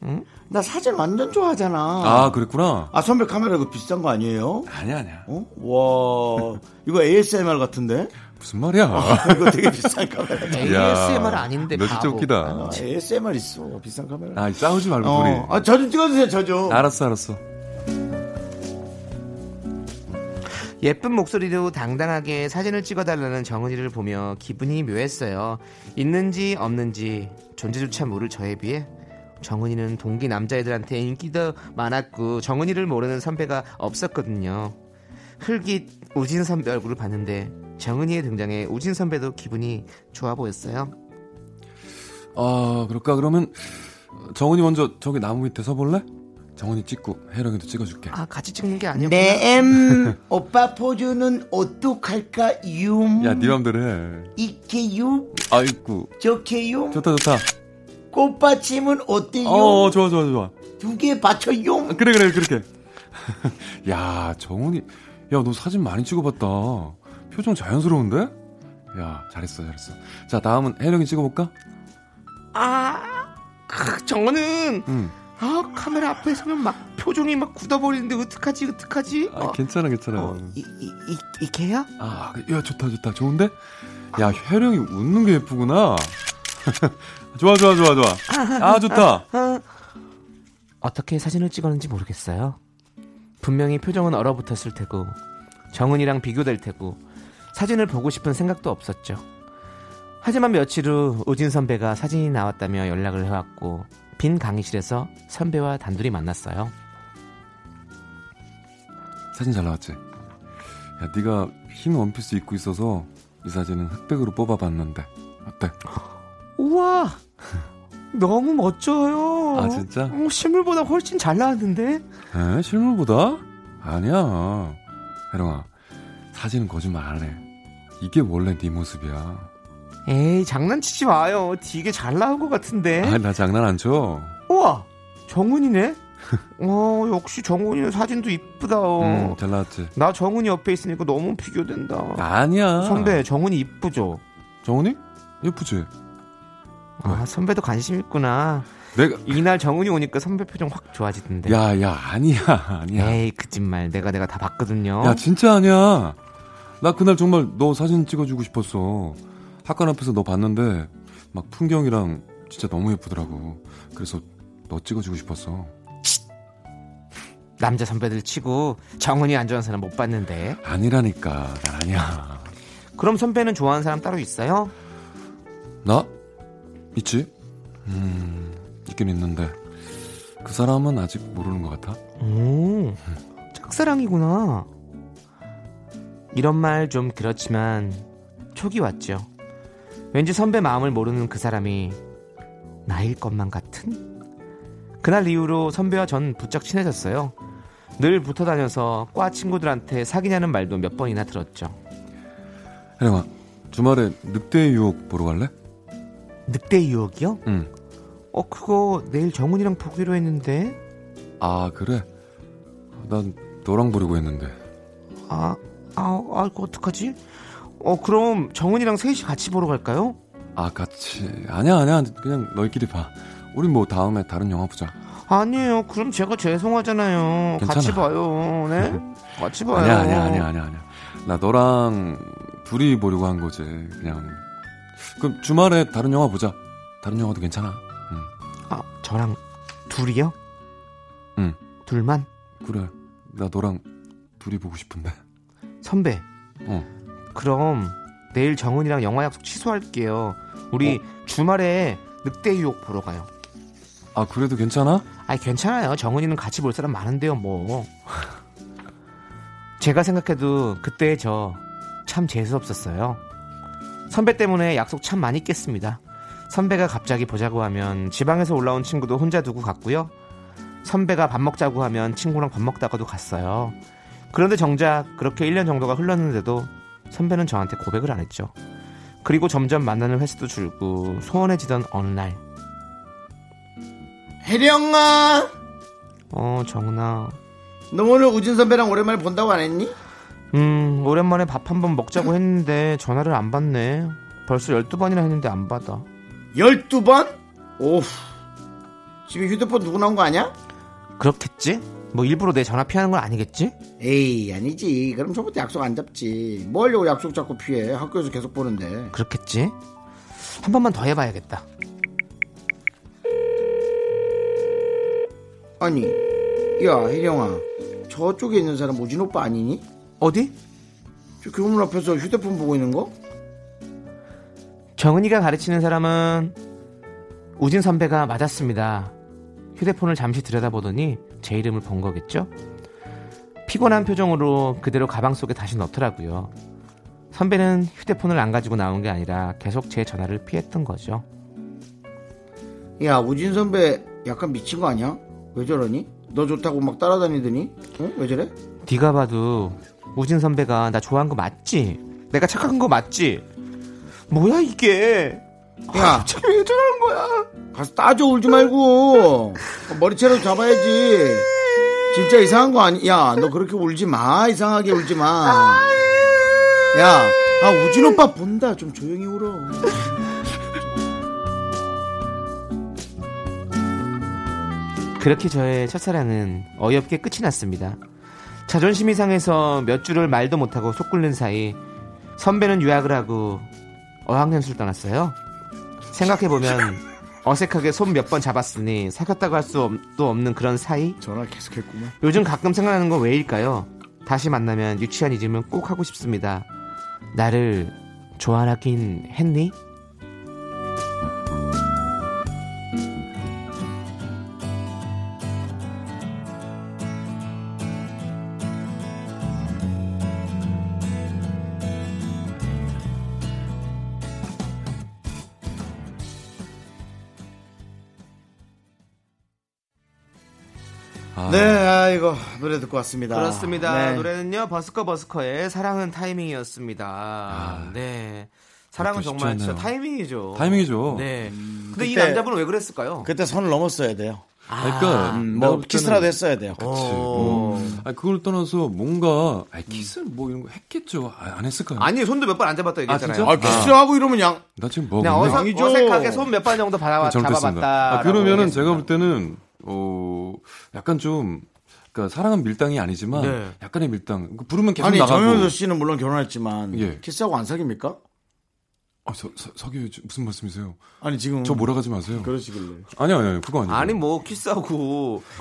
Speaker 2: 응?
Speaker 1: 나 사진 완전 좋아하잖아.
Speaker 10: 아,
Speaker 1: 아,
Speaker 10: 그랬구나.
Speaker 1: 선배 카메라 이거 비싼 거 아니에요?
Speaker 10: 아니야, 아니야.
Speaker 1: 어? 와, 이거 ASMR 같은데?
Speaker 10: 무슨 말이야.
Speaker 1: 이거 되게 비싼 카메라.
Speaker 2: ASMR 아닌데
Speaker 10: 너 진짜
Speaker 2: 바보.
Speaker 10: 웃기다.
Speaker 1: ASMR 있어, 비싼 카메라.
Speaker 10: 아, 싸우지 말고
Speaker 1: 어,
Speaker 10: 둘이.
Speaker 1: 아, 저 좀 찍어주세요, 저 좀.
Speaker 10: 알았어, 알았어.
Speaker 2: 예쁜 목소리로 당당하게 사진을 찍어달라는 정은이를 보며 기분이 묘했어요. 있는지 없는지 존재조차 모를 저에 비해 정은이는 동기 남자애들한테 인기도 많았고 정은이를 모르는 선배가 없었거든요. 흘깃 우진 선배 얼굴을 봤는데 정은이의 등장에 우진 선배도 기분이 좋아 보였어요.
Speaker 10: 아 그럴까 그러면 정훈이 먼저 저기 나무 밑에 서볼래? 정훈이 찍고 혜령이도 찍어줄게
Speaker 2: 아 같이 찍는 게 아니었구나.
Speaker 1: 내 엠, 오빠 포즈는 어떡할까, 윰.
Speaker 10: 야네 맘대로 해
Speaker 1: 이케요,
Speaker 10: 아이고
Speaker 1: 저케요,
Speaker 10: 좋다 좋다
Speaker 1: 꽃받침은 어때요?
Speaker 10: 어 어, 좋아 좋아 좋아
Speaker 1: 두 개 받쳐요.
Speaker 10: 아, 그래 그래 그렇게 야 정훈이 야 너 사진 많이 찍어봤다 표정 자연스러운데? 야, 잘했어, 잘했어. 자, 다음은 혜령이 찍어볼까?
Speaker 2: 아, 크, 저거는
Speaker 10: 응.
Speaker 2: 아 카메라 앞에 서면 막 표정이 막 굳어버리는데 어떡하지 어떡하지?
Speaker 10: 아, 괜찮아, 괜찮아.
Speaker 2: 이, 이게야?
Speaker 10: 아, 야, 좋다, 좋다. 좋은데? 야, 혜령이 웃는 게 예쁘구나. 좋아, 좋아, 좋아, 좋아. 아, 좋다.
Speaker 2: 어떻게 사진을 찍었는지 모르겠어요. 분명히 표정은 얼어붙었을 테고 정은이랑 비교될 테고 사진을 보고 싶은 생각도 없었죠. 하지만 며칠 후 우진 선배가 사진이 나왔다며 연락을 해왔고 빈 강의실에서 선배와 단둘이 만났어요.
Speaker 10: 사진 잘 나왔지? 야, 네가 흰 원피스 입고 있어서 이 사진은 흑백으로 뽑아봤는데 어때?
Speaker 2: 우와 너무 멋져요.
Speaker 10: 아, 진짜?
Speaker 2: 어, 실물보다 훨씬 잘 나왔는데?
Speaker 10: 에? 실물보다? 아니야. 혜령아, 사진은 거짓말 안 해. 이게 원래 네 모습이야.
Speaker 2: 에이 장난치지 마요. 되게 잘 나온 것 같은데.
Speaker 10: 아, 나 장난 안 쳐.
Speaker 2: 우와 정은이네. 어 역시 정은이 사진도 이쁘다.
Speaker 10: 음, 잘 나왔지.
Speaker 2: 나 정은이 옆에 있으니까 너무 비교된다.
Speaker 10: 아니야.
Speaker 2: 선배 정은이 이쁘죠.
Speaker 10: 정은이? 예쁘지? 어.
Speaker 2: 아 선배도 관심 있구나.
Speaker 10: 내가
Speaker 2: 이날 정은이 오니까 선배 표정 확 좋아지던데.
Speaker 10: 야, 야, 아니야, 아니야.
Speaker 2: 에이 그짓말 내가 내가 다 봤거든요.
Speaker 10: 야, 진짜 아니야. 나 그날 정말 너 사진 찍어주고 싶었어. 학관 앞에서 너 봤는데 막 풍경이랑 진짜 너무 예쁘더라고. 그래서 너 찍어주고 싶었어.
Speaker 2: 남자 선배들 치고 정은이 안 좋아하는 사람 못 봤는데.
Speaker 10: 아니라니까, 난 아니야.
Speaker 2: 그럼 선배는 좋아하는 사람 따로 있어요?
Speaker 10: 나? 있지? 음, 있긴 있는데 그 사람은 아직 모르는 것 같아.
Speaker 2: 오, 짝사랑이구나. 이런 말 좀 그렇지만 촉이 왔죠. 왠지 선배 마음을 모르는 그 사람이 나일 것만 같은? 그날 이후로 선배와 전 부쩍 친해졌어요. 늘 붙어 다녀서 과 친구들한테 사귀냐는 말도 몇 번이나 들었죠.
Speaker 10: 혜령아, 주말에 늑대의 유혹 보러 갈래?
Speaker 2: 늑대 유혹이요?
Speaker 10: 응.
Speaker 2: 어, 그거 내일 정훈이랑 보기로 했는데.
Speaker 10: 아, 그래? 난 너랑 보려고 했는데.
Speaker 2: 아, 아, 아, 이거 어떡하지? 어, 그럼 정훈이랑 셋이 같이 보러 갈까요?
Speaker 10: 아, 같이. 아니야, 아니야. 그냥 너희끼리 봐. 우리 뭐 다음에 다른 영화 보자.
Speaker 2: 아니에요. 그럼 제가 죄송하잖아요. 같이
Speaker 10: 괜찮아.
Speaker 2: 봐요. 네? 같이 봐요.
Speaker 10: 아니야, 아니야, 아니야, 아니야, 아니야. 나 너랑 둘이 보려고 한 거지. 그냥. 그럼 주말에 다른 영화 보자. 다른 영화도 괜찮아.
Speaker 2: 아, 저랑 둘이요?
Speaker 10: 응.
Speaker 2: 둘만?
Speaker 10: 그래. 나 너랑 둘이 보고 싶은데.
Speaker 2: 선배.
Speaker 10: 어.
Speaker 2: 그럼 내일 정은이랑 영화 약속 취소할게요. 우리
Speaker 10: 어?
Speaker 2: 주말에 늑대 유혹 보러 가요.
Speaker 10: 아, 그래도 괜찮아?
Speaker 2: 아니 괜찮아요. 정은이는 같이 볼 사람 많은데요, 뭐. 제가 생각해도 그때 저 참 재수 없었어요. 선배 때문에 약속 참 많이 깼습니다. 선배가 갑자기 보자고 하면 지방에서 올라온 친구도 혼자 두고 갔고요. 선배가 밥 먹자고 하면 친구랑 밥 먹다가도 갔어요. 그런데 정작 그렇게 1년 정도가 흘렀는데도 선배는 저한테 고백을 안 했죠. 그리고 점점 만나는 횟수도 줄고 소원해지던 어느 날
Speaker 1: 혜령아,
Speaker 2: 어, 정훈아.
Speaker 1: 너 오늘 우진 선배랑 오랜만에 본다고 안 했니?
Speaker 2: 음, 오랜만에 밥 한번 먹자고 했는데 전화를 안 받네. 벌써 12번이나 했는데 안 받아.
Speaker 1: 12번? 오후. 집에 휴대폰 누구 나온 거 아니야?
Speaker 2: 그렇겠지? 뭐 일부러 내 전화 피하는 건 아니겠지?
Speaker 1: 에이, 아니지. 그럼 저부터 약속 안 잡지. 뭐 하려고 약속 잡고 피해. 학교에서 계속 보는데.
Speaker 2: 그렇겠지? 한 번만 더 해봐야겠다.
Speaker 1: 아니, 야, 혜령아. 저쪽에 있는 사람 우진 오빠 아니니?
Speaker 2: 어디?
Speaker 1: 저 교문 앞에서 휴대폰 보고 있는 거?
Speaker 2: 정은이가 가르치는 사람은 우진 선배가 맞았습니다. 휴대폰을 잠시 들여다보더니 제 이름을 본 거겠죠? 피곤한 표정으로 그대로 가방 속에 다시 넣더라고요. 선배는 휴대폰을 안 가지고 나온 게 아니라 계속 제 전화를 피했던 거죠.
Speaker 1: 야, 우진 선배 약간 미친 거 아니야? 왜 저러니? 너 좋다고 막 따라다니더니? 응? 왜 저래?
Speaker 2: 네가 봐도 우진 선배가 나 좋아한 거 맞지? 내가 착각한 거 맞지? 뭐야 이게?
Speaker 1: 야,
Speaker 2: 쟤왜 저러는 거야?
Speaker 1: 가서 따져 울지 말고 머리채로 잡아야지. 진짜 이상한 거 아니? 야, 너 그렇게 울지 마. 이상하게 울지 마. 야, 아 우진 오빠 본다. 좀 조용히 울어.
Speaker 2: 그렇게 저의 첫사랑은 어이없게 끝이 났습니다. 자존심이 상해서 몇 주를 말도 못하고 속 굴는 사이 선배는 유학을 하고 어학연수를 떠났어요. 생각해보면 어색하게 손 몇 번 잡았으니 사귀었다고 할 수도 없는 그런 사이
Speaker 1: 전화 계속했구만.
Speaker 2: 요즘 가끔 생각나는 건 왜일까요? 다시 만나면 유치한 잊으면 꼭 하고 싶습니다. 나를 좋아하긴 했니?
Speaker 1: 네, 아 이거 노래 듣고 왔습니다.
Speaker 2: 그렇습니다.
Speaker 1: 네.
Speaker 2: 노래는요 버스커 버스커의 사랑은 타이밍이었습니다. 네. 사랑은
Speaker 1: 그것도 쉽지
Speaker 2: 정말 진짜
Speaker 1: 않아요.
Speaker 2: 타이밍이죠.
Speaker 1: 타이밍이죠.
Speaker 2: 네. 근데 이
Speaker 1: 그때-
Speaker 2: 남자분은 왜 그랬을까요?
Speaker 1: 그때 선을 넘었어야 돼요.
Speaker 10: 그러니까
Speaker 1: 음,
Speaker 10: 내가
Speaker 1: 뭐
Speaker 10: 볼 때는-
Speaker 1: 키스라도 했어야 돼요.
Speaker 10: 그치. 음. 아니, 그걸 떠나서 뭔가
Speaker 1: 음.
Speaker 10: 아니, 키스 뭐 이런 거 했겠죠. 아, 안 했을까요?
Speaker 2: 음. 아니 손도 몇 번 안 잡았다 얘기했잖아요.
Speaker 10: 아, 진짜? 아, 키스하고
Speaker 1: 이러면 양.
Speaker 10: 나 지금 뭐
Speaker 2: 그냥 어색,
Speaker 10: 먹냐?
Speaker 2: 어색하게 손 몇 번 정도 받아, 잡아봤다.
Speaker 10: 잘못했습니다. 그 아, 그러면은 제가 볼 때는 어 약간 좀 그러니까 사랑은 밀당이 아니지만
Speaker 1: 네.
Speaker 10: 약간의 밀당. 그 부르면 계속
Speaker 1: 아니
Speaker 10: 나가고.
Speaker 1: 정현우 씨는 물론 결혼했지만
Speaker 10: 예.
Speaker 1: 키스하고 안 사깁니까?
Speaker 10: 아, 서, 서, 석유 무슨 말씀이세요?
Speaker 1: 아니 지금
Speaker 10: 저 몰아가지 마세요.
Speaker 1: 그러시길래.
Speaker 10: 아니 아니 아니 그거 아니에요.
Speaker 2: 아니 뭐 키스하고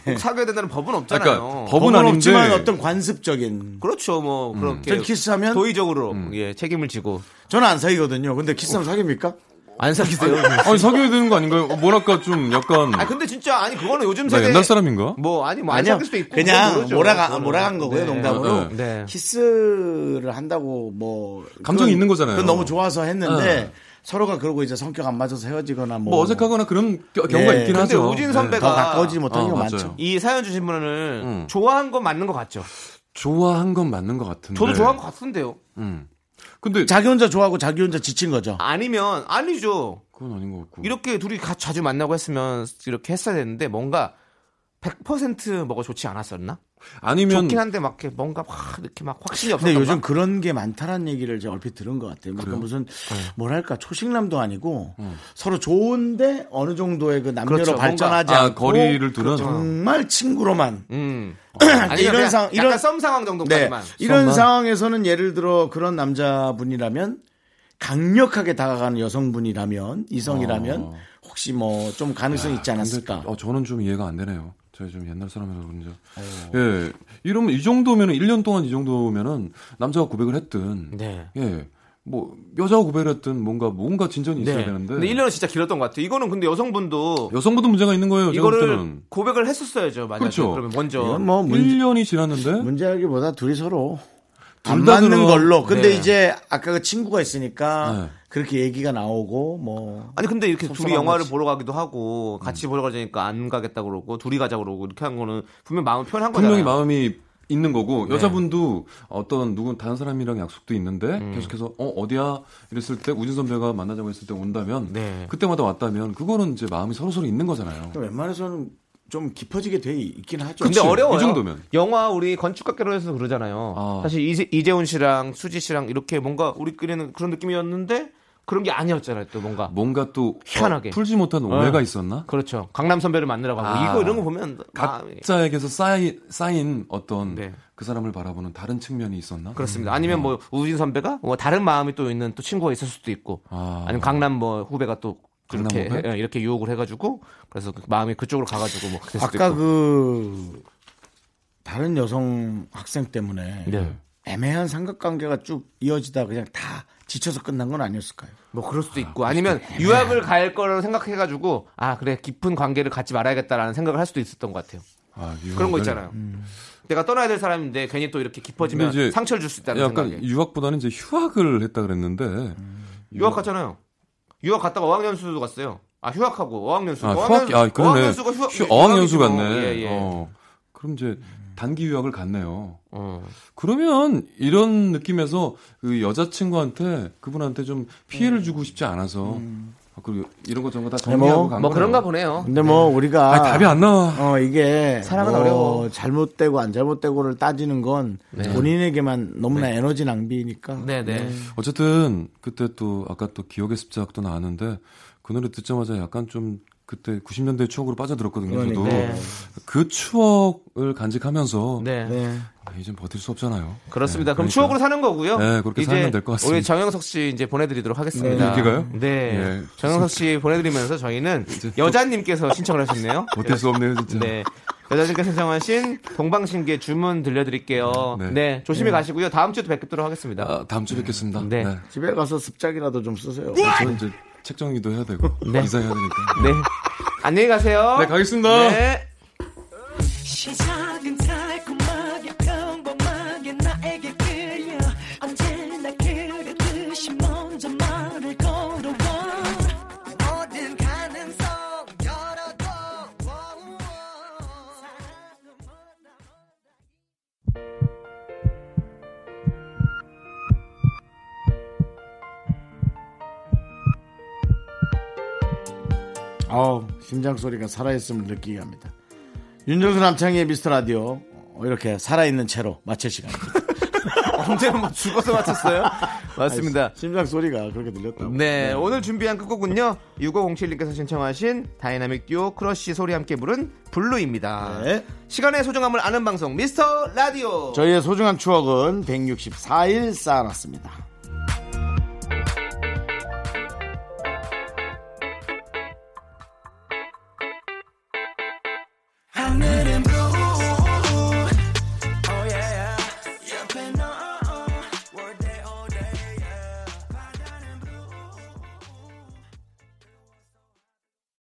Speaker 2: 꼭 사귀어야 된다는 법은 없잖아요.
Speaker 10: 그러니까 법은 아닌데.
Speaker 1: 없지만 어떤 관습적인.
Speaker 2: 그렇죠, 뭐 그렇게
Speaker 1: 전 키스하면
Speaker 2: 도의적으로
Speaker 1: 음.
Speaker 2: 예 책임을 지고.
Speaker 1: 저는 안 사귀거든요. 근데 키스하면
Speaker 10: 어.
Speaker 1: 사깁니까?
Speaker 2: 안 사귀세요?
Speaker 1: 음.
Speaker 10: 아니 사귀어야 되는 거 아닌가요? 어, 뭐랄까 좀 약간
Speaker 2: 아 근데 진짜 아니 그거는 요즘
Speaker 10: 나
Speaker 2: 세대
Speaker 10: 옛날 사람인가?
Speaker 2: 뭐 아니 뭐안
Speaker 1: 아니요.
Speaker 2: 사귈 수도 있고 그건
Speaker 1: 그냥
Speaker 2: 모르죠.
Speaker 1: 몰아가
Speaker 2: 그거는.
Speaker 1: 몰아간 거고요.
Speaker 2: 네.
Speaker 1: 농담으로
Speaker 10: 네.
Speaker 1: 키스를 한다고 뭐
Speaker 10: 감정이 있는 거잖아요.
Speaker 1: 그건 너무 좋아서 했는데
Speaker 10: 네.
Speaker 1: 서로가 그러고 이제 성격 안 맞아서 헤어지거나 뭐,
Speaker 10: 뭐 어색하거나 그런 겨- 경우가 있긴
Speaker 2: 예. 근데
Speaker 10: 하죠.
Speaker 2: 우진
Speaker 10: 네.
Speaker 2: 선배가
Speaker 1: 더 가까워지지 못한 경우가
Speaker 10: 어, 맞아요.
Speaker 1: 많죠.
Speaker 2: 이 사연 주신 분은
Speaker 1: 음.
Speaker 2: 좋아한 건 맞는 것 같죠.
Speaker 10: 좋아한 건 맞는 것 같은데.
Speaker 1: 네.
Speaker 2: 저도 좋아한 것 같은데요.
Speaker 1: 어.
Speaker 10: 음. 근데
Speaker 1: 자기 혼자 좋아하고 자기 혼자 지친 거죠.
Speaker 2: 아니면 아니죠.
Speaker 10: 그건 아닌 것
Speaker 1: 음.
Speaker 10: 같고.
Speaker 2: 이렇게 둘이 가, 자주 만나고 했으면 이렇게 했어야 되는데 뭔가 100% 뭐가 좋지 않았었나?
Speaker 10: 아니면-
Speaker 2: 좋긴 한데 막 이렇게 뭔가 막 이렇게 막 확신이 없었던
Speaker 1: 근데 요즘 그런 게 많다라는 얘기를 제가 얼핏 들은 것 같아요. 그러니까 무슨
Speaker 10: 네.
Speaker 1: 뭐랄까 초식남도 아니고 서로 좋은데 어느 정도의 그 남녀로
Speaker 10: 음. 그렇죠. 뭔가-
Speaker 1: 발전하지
Speaker 10: 아,
Speaker 1: 않고 그렇죠.
Speaker 10: 거리를 두는?
Speaker 1: 정말 친구로만
Speaker 2: 음.
Speaker 1: 이런 상 이런
Speaker 2: 썸 상황
Speaker 1: 네.
Speaker 2: 정도까지만
Speaker 1: 이런 상황에서는 예를 들어 그런 남자분이라면 강력하게 다가가는 여성분이라면 이성이라면 혹시 뭐 좀 가능성이 있지 않았을까?
Speaker 10: 어, 저는 좀 이해가 안 되네요. 저희 좀 옛날 사람이라서 그런지. 예. 이러면 이 정도면은 1년 동안 이 정도면은 남자가 고백을 했든
Speaker 2: 네.
Speaker 10: 예. 뭐 여자가 고백을 했든 뭔가 뭔가 진전이 있어야
Speaker 2: 네.
Speaker 10: 되는데
Speaker 2: 근데 1년은 진짜 길었던 것 같아요. 이거는 근데 여성분도
Speaker 10: 여성분도 문제가 있는 거예요. 제가 볼
Speaker 2: 이거를 어,
Speaker 10: 때는.
Speaker 2: 고백을 했었어야죠. 만약에
Speaker 10: 그렇죠.
Speaker 2: 그러면 먼저
Speaker 1: 이건 뭐 문제-
Speaker 10: 1년이 지났는데
Speaker 1: 문제라기보다 둘이 서로
Speaker 10: 둘
Speaker 1: 안
Speaker 10: 다
Speaker 1: 맞는
Speaker 10: 들어.
Speaker 1: 걸로. 근데
Speaker 10: 네.
Speaker 1: 이제 아까 그 친구가 있으니까 그렇게 얘기가 나오고 뭐
Speaker 2: 아니 근데 이렇게 둘이
Speaker 1: 속상한
Speaker 2: 영화를
Speaker 1: 거지.
Speaker 2: 보러 가기도 하고
Speaker 10: 음.
Speaker 2: 같이 보러 가자니까 안 가겠다 그러고 둘이 가자 그러고 이렇게 한 거는 분명 마음 표현한
Speaker 10: 분명히
Speaker 2: 거잖아요.
Speaker 10: 마음이 있는 거고
Speaker 2: 네.
Speaker 10: 여자분도 어떤 누군 다른 사람이랑 약속도 있는데 계속해서 어 어디야 이랬을 때 우진 선배가 만나자고 했을 때 온다면 그때마다 왔다면 그거는 이제 마음이 서로 서로 있는 거잖아요.
Speaker 1: 그러니까 웬만해서는 좀 깊어지게 돼 있긴 하죠.
Speaker 2: 근데 어려워요.
Speaker 10: 이 정도면.
Speaker 2: 영화 우리 건축가 결혼해서 그러잖아요. 사실 이재, 이재훈 씨랑 수지 씨랑 이렇게 뭔가 우리끼리는 그런 느낌이었는데 그런 게 아니었잖아요. 또 뭔가
Speaker 10: 뭔가 또
Speaker 2: 희한하게
Speaker 10: 어, 풀지 못한 오해가 있었나?
Speaker 2: 그렇죠. 강남 선배를 만나러 가고
Speaker 10: 아.
Speaker 2: 이거 이런 거 보면 마음이-
Speaker 10: 각자에게서 쌓인, 쌓인 어떤 그 사람을 바라보는 다른 측면이 있었나?
Speaker 2: 네. 그렇습니다.
Speaker 10: 어.
Speaker 2: 아니면 뭐 우진 선배가 뭐 다른 마음이 또 있는 또 친구가 있을 수도 있고
Speaker 10: 아.
Speaker 2: 아. 니면 강남 뭐 후배가 또
Speaker 10: 강남
Speaker 2: 그렇게
Speaker 10: 후배?
Speaker 2: 예, 이렇게 유혹을 해가지고 그래서 그 마음이 그쪽으로 가가지고 뭐 그랬을 수도
Speaker 1: 아까
Speaker 2: 있고.
Speaker 1: 그 다른 여성 학생
Speaker 10: 그
Speaker 1: 때문에
Speaker 2: 네.
Speaker 1: 애매한 삼각관계가 쭉 이어지다 그냥 다 지쳐서 끝난 건 아니었을까요?
Speaker 2: 뭐 그럴 수도 있고 아니면 유학을 갈 거라고 생각해가지고 아 그래 깊은 관계를 갖지 말아야겠다라는 생각을 할 수도 있었던 것 같아요.
Speaker 10: 아,
Speaker 2: 그런 거 있잖아요. 내가 떠나야 될 사람인데 괜히 또 이렇게 깊어지면
Speaker 10: 음. 근데 이제
Speaker 2: 상처를 줄 수 있다는
Speaker 10: 약간
Speaker 2: 생각에 음.
Speaker 10: 유학보다는 이제 휴학을 했다 그랬는데
Speaker 2: 유학 갔잖아요. 유학 갔다가 어학연수도 갔어요. 아 휴학하고 어학연수.
Speaker 10: 아, 휴학,
Speaker 2: 어학연수-
Speaker 10: 아, 그러네.
Speaker 2: 어학연수가 휴학.
Speaker 10: 휴-
Speaker 2: 휴학이지
Speaker 10: 어학연수
Speaker 2: 뭐.
Speaker 10: 갔네.
Speaker 2: 예, 음. 예.
Speaker 10: 어. 그럼 이제 단기 유학을 갔네요.
Speaker 2: 어.
Speaker 10: 그러면
Speaker 2: 음.
Speaker 10: 이런 느낌에서 그 여자친구한테 그분한테 좀 피해를 주고 싶지 않아서 그리고 이런 것 저런 거다
Speaker 1: 네,
Speaker 10: 정리하고
Speaker 2: 뭐
Speaker 10: 간 거네요.
Speaker 1: 근데 뭐 우리가
Speaker 10: 아니, 답이 안 나와.
Speaker 1: 어, 이게
Speaker 10: 사랑은
Speaker 1: 뭐
Speaker 10: 어려워.
Speaker 1: 잘못되고 안 잘못되고를 따지는 건
Speaker 10: 네.
Speaker 1: 본인에게만 너무나 에너지 낭비니까. 네.
Speaker 10: 어쨌든 그때 또 아까 또 기억의 습작도 나왔는데 그 노래 듣자마자 약간 좀 그때 90년대 추억으로 빠져들었거든요. 저도
Speaker 2: 그러니까. 네.
Speaker 10: 그 추억을 간직하면서
Speaker 2: 네.
Speaker 10: 아, 이젠 버틸 수 없잖아요.
Speaker 2: 그렇습니다.
Speaker 10: 네,
Speaker 2: 그럼
Speaker 10: 그러니까.
Speaker 2: 추억으로 사는 거고요.
Speaker 10: 네, 그렇게
Speaker 2: 이제
Speaker 10: 살면 될 것 같습니다.
Speaker 2: 우리 정영석 씨 이제 보내드리도록 하겠습니다.
Speaker 10: 네, 이게가요?
Speaker 2: 네.
Speaker 10: 예,
Speaker 2: 정영석 씨 보내드리면서 저희는 여자님께서 신청을 하셨네요.
Speaker 10: 버틸 수 없네요, 진짜.
Speaker 2: 네. 여자님께서 신청하신 동방신기의 주문 들려드릴게요. 네.
Speaker 10: 네.
Speaker 2: 조심히
Speaker 10: 네. 아.
Speaker 2: 가시고요. 다음 주에도 뵙도록 하겠습니다.
Speaker 10: 다음 주에 뵙겠습니다.
Speaker 2: 네.
Speaker 1: 집에 가서 습작이라도 좀 쓰세요.
Speaker 10: 저는 이제 책 정리도 해야 되고 이사해야 되니까.
Speaker 2: 네. 안녕히 가세요.
Speaker 10: 네, 가겠습니다.
Speaker 2: 네.
Speaker 15: 시작은 달콤하게 평범하게 나에게 그려 언제나 그랬듯이 먼저 말을 걸어와 모든 가능성 열어둬
Speaker 1: 아우 심장 소리가 살아있음을 느끼게 합니다. 윤정수 남창희의 미스터 라디오 어, 이렇게 살아있는 채로 마칠 시간.
Speaker 2: 언제는 뭐 죽어서 마쳤어요? 맞습니다.
Speaker 1: 심장 소리가 그렇게 들렸다고.
Speaker 2: 네, 오늘 준비한 끝곡은요. 6507님께서 신청하신 다이나믹 듀오 크러쉬 소리 함께 부른 블루입니다. 시간의 소중함을 아는 방송 미스터 라디오.
Speaker 1: 저희의 소중한 추억은 164일 쌓아놨습니다.
Speaker 15: 하늘은 푸